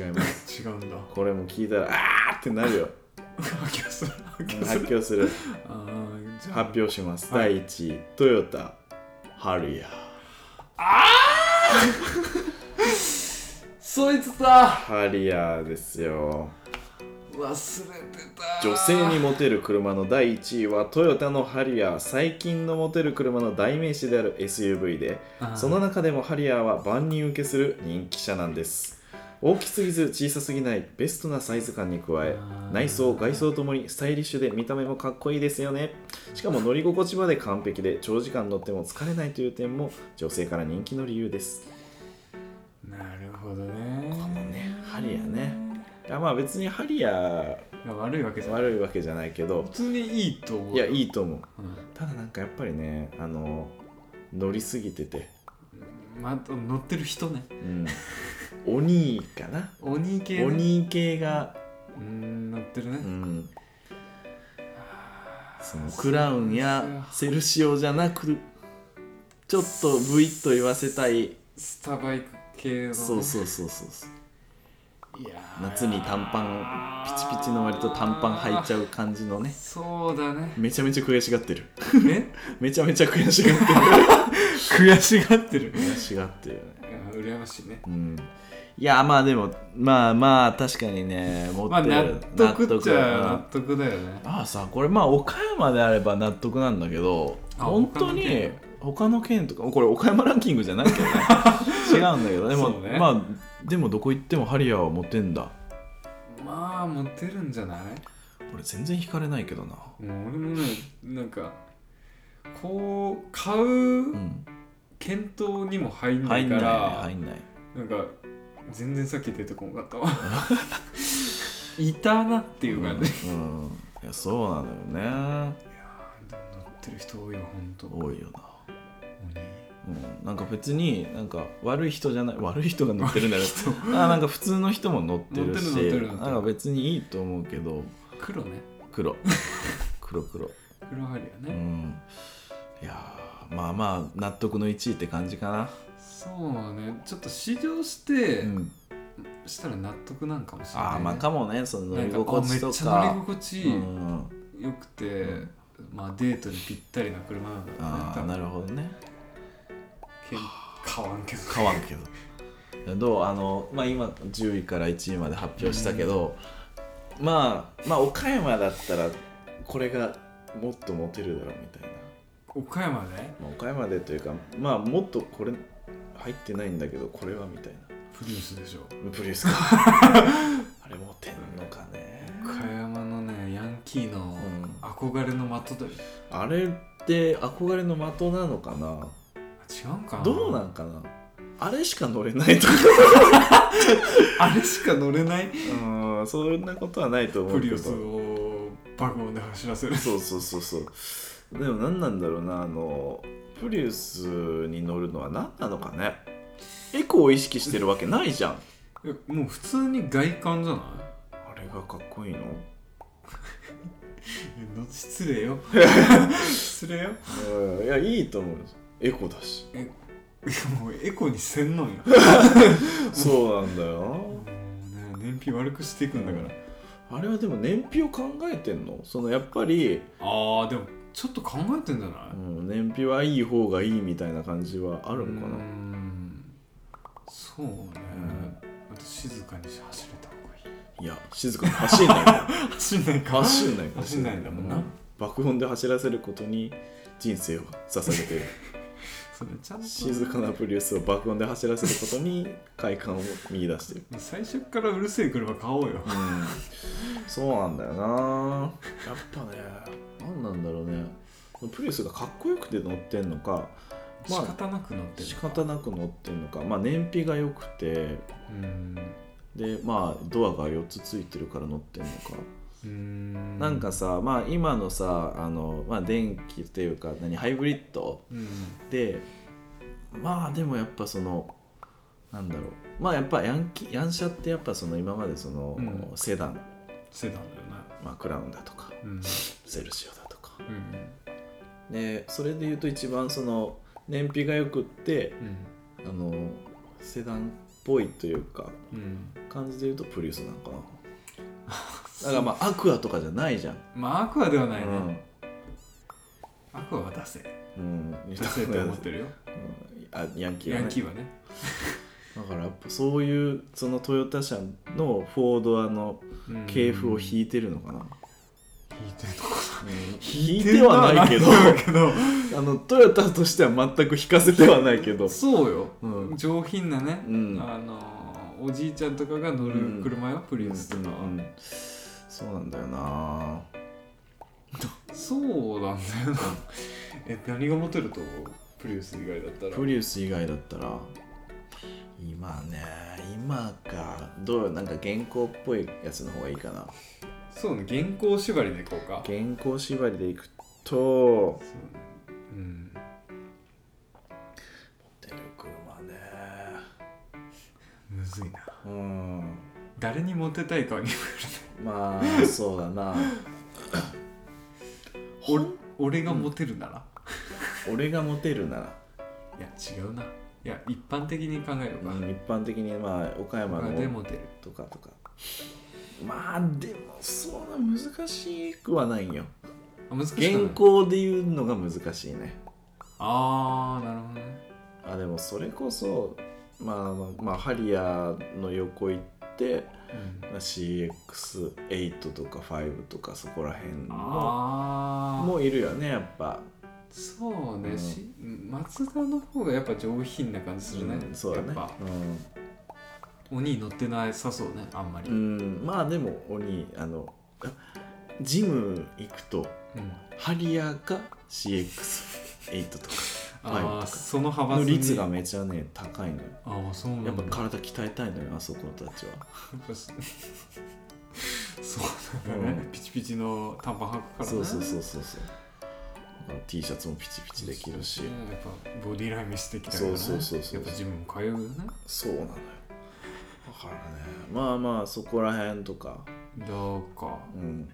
S1: 違います
S2: 違うんだ
S1: これも聞いたらあーってなるよ
S2: 発狂する発狂す
S1: 発
S2: る
S1: 表する
S2: あーじゃあ
S1: 発表します、
S2: はい
S1: 第1位トヨタハリアー
S2: そいつだ
S1: ハリアーですよ
S2: 忘れてた
S1: 女性にモテる車の第1位はトヨタのハリアー最近のモテる車の代名詞である SUV でその中でもハリアーは万人受けする人気車なんです大きすぎず小さすぎないベストなサイズ感に加え
S2: あー
S1: 内装外装ともにスタイリッシュで見た目もかっこいいですよねしかも乗り心地まで完璧で長時間乗っても疲れないという点も女性から人気の理由です
S2: なるほどね
S1: このねハリアーねいやまあ別にハリア
S2: いや悪いわけじ
S1: ー
S2: ゃない
S1: 悪いわけじゃないけど
S2: 普通にいいと思うい
S1: いやいいと思う
S2: うん
S1: ただなんかやっぱりねあの乗りすぎてて
S2: まあ、乗ってる人ね *laughs*
S1: うん鬼かな
S2: 鬼系ね
S1: 鬼系が
S2: うーん乗ってるね、
S1: うんその
S2: そう
S1: クラウンやセルシオじゃなくちょっとブイッと言わせたい
S2: スタバイク系のね
S1: そうそうそうそうそう
S2: いやー
S1: 夏に短パンピチピチの割と短パン履いちゃう感じのね
S2: そうだ
S1: *laughs*
S2: ね
S1: めちゃめちゃ悔しがってる
S2: え
S1: めちゃめちゃ悔しがってる
S2: 悔しがってる
S1: 悔しがってるね
S2: 羨ましいね
S1: うんいやまあでもまあまあ確かにね持
S2: まあ
S1: ってる、
S2: 納得っちゃ納
S1: 納得
S2: 得だよね
S1: まあさこれまあ岡山であれば納得なんだけど
S2: あ
S1: 本当に他の県とかこれ岡山ランキングじゃないけ
S2: *laughs*
S1: どね違うんだけどでも、
S2: そうね
S1: まあでもどこ行ってもハリアーはモテんだ
S2: まあモテるんじゃない
S1: 俺全然惹かれないけどな
S2: もう俺もねなんかこう買
S1: う
S2: うん検討にも入んな
S1: 入
S2: い
S1: ん
S2: か
S1: ない
S2: ら、
S1: 入んない
S2: なんか全然さっき出てこなか
S1: *laughs*
S2: ったわいたなっていう感じ、
S1: うん、うんいやそうなのよね
S2: でも乗ってる人多いわほんと
S1: 多いよな
S2: 鬼
S1: うん、なんか別になんか悪い人じゃない悪い人が乗ってるんだよあなんか普通の人も乗ってるし
S2: 乗ってる乗ってる乗ってる
S1: なんか別にいいと思うけど
S2: 黒ね
S1: 黒黒黒
S2: 黒ハリアね、
S1: うんいやーまあまあ納得の1位って感じかな、
S2: そうねちょっと試乗して、
S1: うん、
S2: したら納得なんかもしれない、ね、
S1: ああまあかもねその乗り心地とか
S2: なんかあめっちゃ乗り心地
S1: うん、
S2: 良くて、
S1: うん
S2: まあデートにぴったりな車なんだろうね
S1: あ
S2: 多
S1: あ
S2: 分
S1: なるほどね
S2: けん買わんけど
S1: 変わんけどどうあのまあ今10位から1位まで発表したけど、まあまあ岡山だったらこれがもっとモテるだろうみたいな、
S2: 岡山ね
S1: まあ、岡山でというかまあもっとこれ入ってないんだけどこれはみたいな
S2: プリウスでしょ
S1: プリウスか *laughs* あれモテんのかね
S2: 岡山のねヤンキーの
S1: ん
S2: 憧れの的だよ、
S1: あれって憧れの的なのかな
S2: あ違うかな
S1: どうなんかなあれしか乗れないとか
S2: あれしか乗れないう
S1: ーんそんなことはないと思
S2: プ
S1: うけ
S2: リ
S1: ど
S2: ウスをバグンで走らせる
S1: そうそうそうそうでも何なんだろうなあのプリウスに乗るのは何なのかねエコを意識してるわけないじゃん
S2: えもう普通に外観じゃない
S1: あれがかっこいいの
S2: えの失礼
S1: *laughs*
S2: よ失礼よ
S1: うんいやいいと思うエコだ *laughs* し
S2: いやもうエコにせんのよも
S1: そうなんだよ
S2: うね燃費悪くしていくんだから、
S1: あれはでも燃費を考えてんのそのやっぱり、
S2: あーでもちょっと考えてんじゃな
S1: う
S2: い
S1: ん、燃費はいい方がいいみたいな感じはあ
S2: あ
S1: るのかな
S2: そうね、
S1: ん
S2: あと静かにし走れた方がいい
S1: いや静かに走
S2: *laughs*
S1: んないから
S2: 走んないか
S1: 走んないか
S2: 走んないんだもんな、
S1: う爆音で走らせることに人生を捧げている
S2: それちゃんと
S1: 静かなプリウスを爆音で走らせることに快感を見出してる
S2: 最初からうるせえ車買おうよ
S1: うんそうなんだよなやっぱね何なんだろうねプリウスがかっこよくて乗ってんのかまあ
S2: 仕方なく乗ってる
S1: 仕方なく乗ってんのかまあ燃費が良くて
S2: うん
S1: でまあドアが4つついてるから乗ってんのか
S2: うん
S1: なんかさまあ今のさあの、まあ、電気っていうか何ハイブリッド
S2: うん
S1: でまあでもやっぱそのなんだろうまあやっぱヤンキヤンシャってやっぱその今までその、
S2: うん
S1: セダン、
S2: セダンだよな
S1: まあ、クラウンだとか
S2: うん
S1: セルシオだとか
S2: うん
S1: でそれで言うと一番その燃費がよくって
S2: うん
S1: あのセダンっぽいというか
S2: うん
S1: 感じで言うとプリウスなのかなだからまあアクアとかじゃないじゃん、
S2: まあアクアではないね、
S1: うん
S2: アクアは出せ
S1: うん、
S2: 出せって思ってるよ
S1: うんあヤンキーは
S2: ヤ
S1: ね
S2: ンキーはね
S1: だからやっぱそういうそのトヨタ車のフォードアの系譜を
S2: い
S1: 引いてるのかな、
S2: てるのか
S1: 引いてはないけど
S2: 引いてはないけ
S1: あのトヨタとしては全く引かせてはないけど
S2: どそうよ、
S1: うん
S2: 上品なね、
S1: うん
S2: あのおじいちゃんとかが乗る車よ、プリウスとかは、
S1: うんうんそうなんだよな
S2: そうなんだよなえ何がモテると思うプリウス以外だったら
S1: プリウス以外だったら今ね今かどうなんか原稿っぽいやつの方がいいかな
S2: そうね原稿縛りでいこうか
S1: 原稿縛りでいくと
S2: そううん
S1: 持ってる車ね
S2: むずいな
S1: うん
S2: 誰にモテたいかに
S1: まあそうだな
S2: 俺俺がモテるなら、
S1: 俺がモテるなら、
S2: いや違うないや一般的に考えるか、
S1: うん一般的にまあ岡山
S2: まあで
S1: の
S2: モテる
S1: とかとかまあでもそんな難しくはないんよ
S2: あ難しくない
S1: 原稿で言うのが難しいね
S2: ああなるほどね
S1: あでもそれこそまああのまあハリアーの横行ってまあ CX8 とか5とかそこら辺の
S2: ああ
S1: もういるよねやっぱ
S2: そう
S1: う
S2: ね、
S1: ん
S2: しマツダの方がやっぱ上品な感じするね、
S1: うんそうだ
S2: やっ
S1: ね
S2: ぱ鬼乗ってないさそうねあんまり、
S1: うん、うんまあでも鬼あのあジム行くと
S2: うん
S1: ハリアーか CX8
S2: *laughs*
S1: とは
S2: あ
S1: いと
S2: あ
S1: か
S2: その
S1: か
S2: 幅
S1: の
S2: に
S1: 率がめちゃね高いのよ
S2: ああそうなんだ
S1: やっぱ体鍛えたいのよあそこたちは
S2: やっぱそ *laughs* そうなんだね、
S1: うん
S2: ピチピチの短パン履くからね
S1: そうそうそうそうそうだから T シャツもピチピチできるし
S2: そうねやっぱボディライン見せてきたから、ね、
S1: そうそうそうそう
S2: やっぱジムも通うよね
S1: そうなのよだからねまあまあそこら辺とか
S2: どうか
S1: うん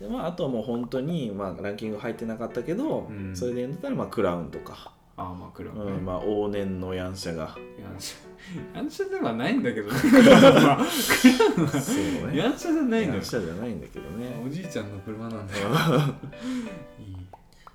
S1: でまあ、あとはもう本当にまあランキング入ってなかったけど、
S2: うん
S1: それで言うんだったらまあクラウンとか、
S2: ああまあクラブ
S1: う
S2: ね、
S1: んまあ、往年のヤンシャが
S2: ヤンシャヤンシャではないんだけ
S1: *laughs*
S2: どねクラブは
S1: そうね
S2: ヤンシャじゃないの
S1: ヤ
S2: よ
S1: ンシャじゃないんだけどね *laughs*
S2: おじいちゃんの車なんだよいい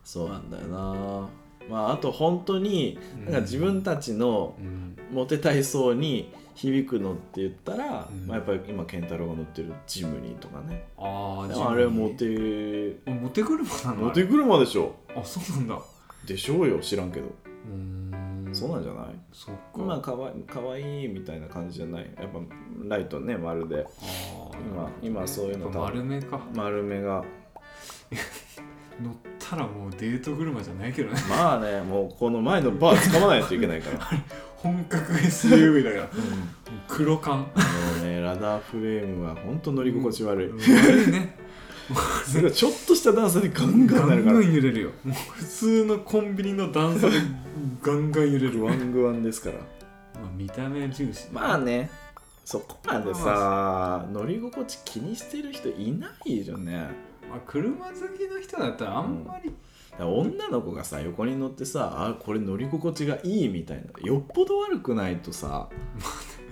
S1: そうなんだよなまあ、あと本当になんか自分たちの
S2: うん
S1: モテたい層に響くのって言ったら、
S2: うん
S1: まあ、やっぱり今健太郎が乗ってるジムニーとかね
S2: ああ
S1: でもあれはモテ
S2: モテ車なの
S1: モテ車でしょ
S2: あそうなんだう
S1: でしょうよ知らんけど、
S2: ーん
S1: そうなんんじゃない
S2: そっか
S1: 今かわいかわいいみたいな感じじゃないやっぱライトね丸
S2: あ
S1: で
S2: ー
S1: 今今そういうの
S2: やっぱ丸めか
S1: 丸め *laughs* が
S2: 乗ったらもうデート車じゃないけ
S1: *laughs*
S2: どね
S1: まあねもうこの前のバー掴まないといけないから、
S2: 本格 SUV だから
S1: *laughs* うん
S2: *laughs* 黒
S1: *laughs*
S2: 缶
S1: あのね、ラダーフレームは本当乗り心地悪い、
S2: 悪いね
S1: それがちょっとした段差でガンガ
S2: ガ
S1: ンなる
S2: ン
S1: か
S2: ガ
S1: ら
S2: ン揺れるよもう普通のコンビニの段
S1: *laughs*
S2: 差でガンガン揺れる
S1: グ
S2: わ
S1: ワングワンですから
S2: まあ見た目重視
S1: まあねそこまでさ乗り心地気にしてる人いないよね
S2: まあ車好きの人だったらあんまり
S1: だから女の子がさ横に乗ってさあこれ乗り心地がいいみたいなよっぽど悪くないとさ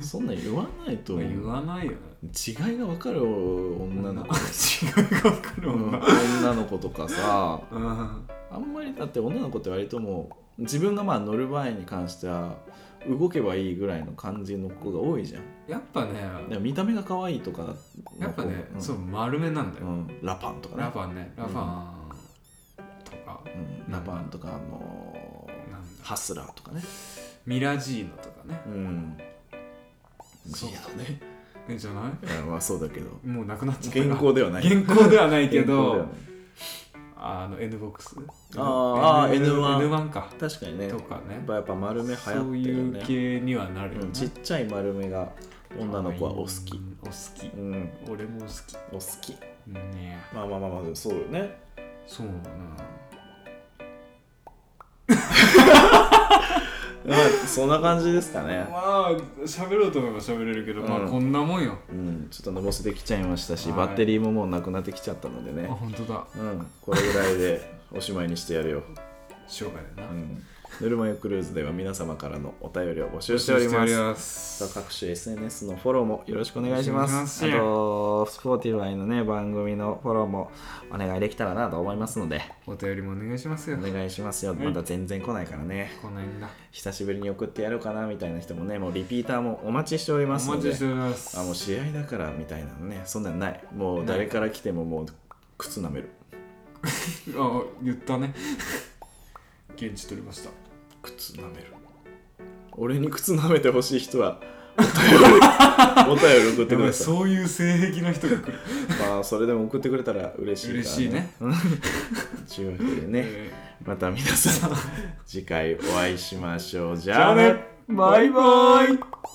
S1: そんなん言わないと
S2: まあ
S1: 思
S2: 言
S1: う
S2: わないよね
S1: 違いが分かる女の子
S2: あ *laughs* 違うか分かる
S1: う
S2: もん
S1: ん
S2: な
S1: *laughs* 女の子とかさ
S2: うん
S1: あんまりだって女の子って割ともう自分がまあ乗る場合に関しては動けばいいぐらいの感じの子が多いじゃん
S2: やっぱね
S1: だから見た目が可愛いとかの子
S2: やっぱね
S1: うん
S2: そう丸めなんだ
S1: う
S2: よ
S1: んラパンとかね
S2: ラファンねラファンとか
S1: うん、ラパンとかあのー
S2: なんだ
S1: ハスラーとかね
S2: ミラジーノとかね
S1: うん
S2: そう
S1: いやね
S2: えじゃない
S1: いやまあそうだけ
S2: *laughs*
S1: ど
S2: もうなくなっちゃった
S1: 健康ではない
S2: 現行ではないけ
S1: 健康では
S2: ど
S1: ない
S2: あの N ボックス
S1: あー N1
S2: N1 か
S1: 確かにねや
S2: と
S1: っ
S2: かね
S1: ぱやっぱ丸め流
S2: そ
S1: 行
S2: う
S1: ってるよ
S2: いう
S1: ね
S2: 系にはなるよ
S1: う
S2: ね
S1: ん、ちっちゃい丸めが女の子はお好き
S2: お好き
S1: うん
S2: 俺も好き
S1: お好き
S2: ね
S1: まあまあまあまあでもそうよね
S2: そうだな
S1: まあそんな感じですかね。
S2: まあ喋ろうと思えば喋れるけどま
S1: う
S2: あ
S1: ん
S2: こんなもんよ
S1: うん、ちょっとのぼせてきちゃいましたし、
S2: はい
S1: バッテリーももうなくなってきちゃったので
S2: あ
S1: ね。
S2: 本当だ
S1: うん、これぐらいでおしまいにしてやるよ。
S2: 生涯だ
S1: う、
S2: なん
S1: ぬるま湯クルーズでは皆様からのお便りを募集しております。さあ各種 SNS のフォローもよろしくお願いしま
S2: お願い
S1: す。
S2: します
S1: あと、Spotify のね、番組のフォローもお願いできたらなと思いますので、
S2: お便りもお願いしますよ
S1: お願いしますよ。
S2: はい
S1: まだ全然来ないからね。
S2: 来ないんだ
S1: 久しぶりに送ってやろうかなみたいな人もね、もうリピーターもお待ちしており
S2: お
S1: ますの
S2: 待
S1: で
S2: ちし。ております
S1: あもう試合だからみたいなのねそんなんないもう誰から来てももう靴舐める
S2: あ言ったね現地取りました
S1: 靴舐める俺に靴舐めてほしい人はお便りお便り送って
S2: で
S1: く
S2: も
S1: ださい
S2: そういう性癖の人が来る
S1: まあそれでも送ってくれたら嬉しいから、
S2: 嬉しいね
S1: うん *laughs* というわけでね
S2: え
S1: また皆さん次回お会いしましょうじ
S2: ーじゃ
S1: ゃ
S2: あ
S1: あ
S2: ね
S1: ね
S2: バイバイ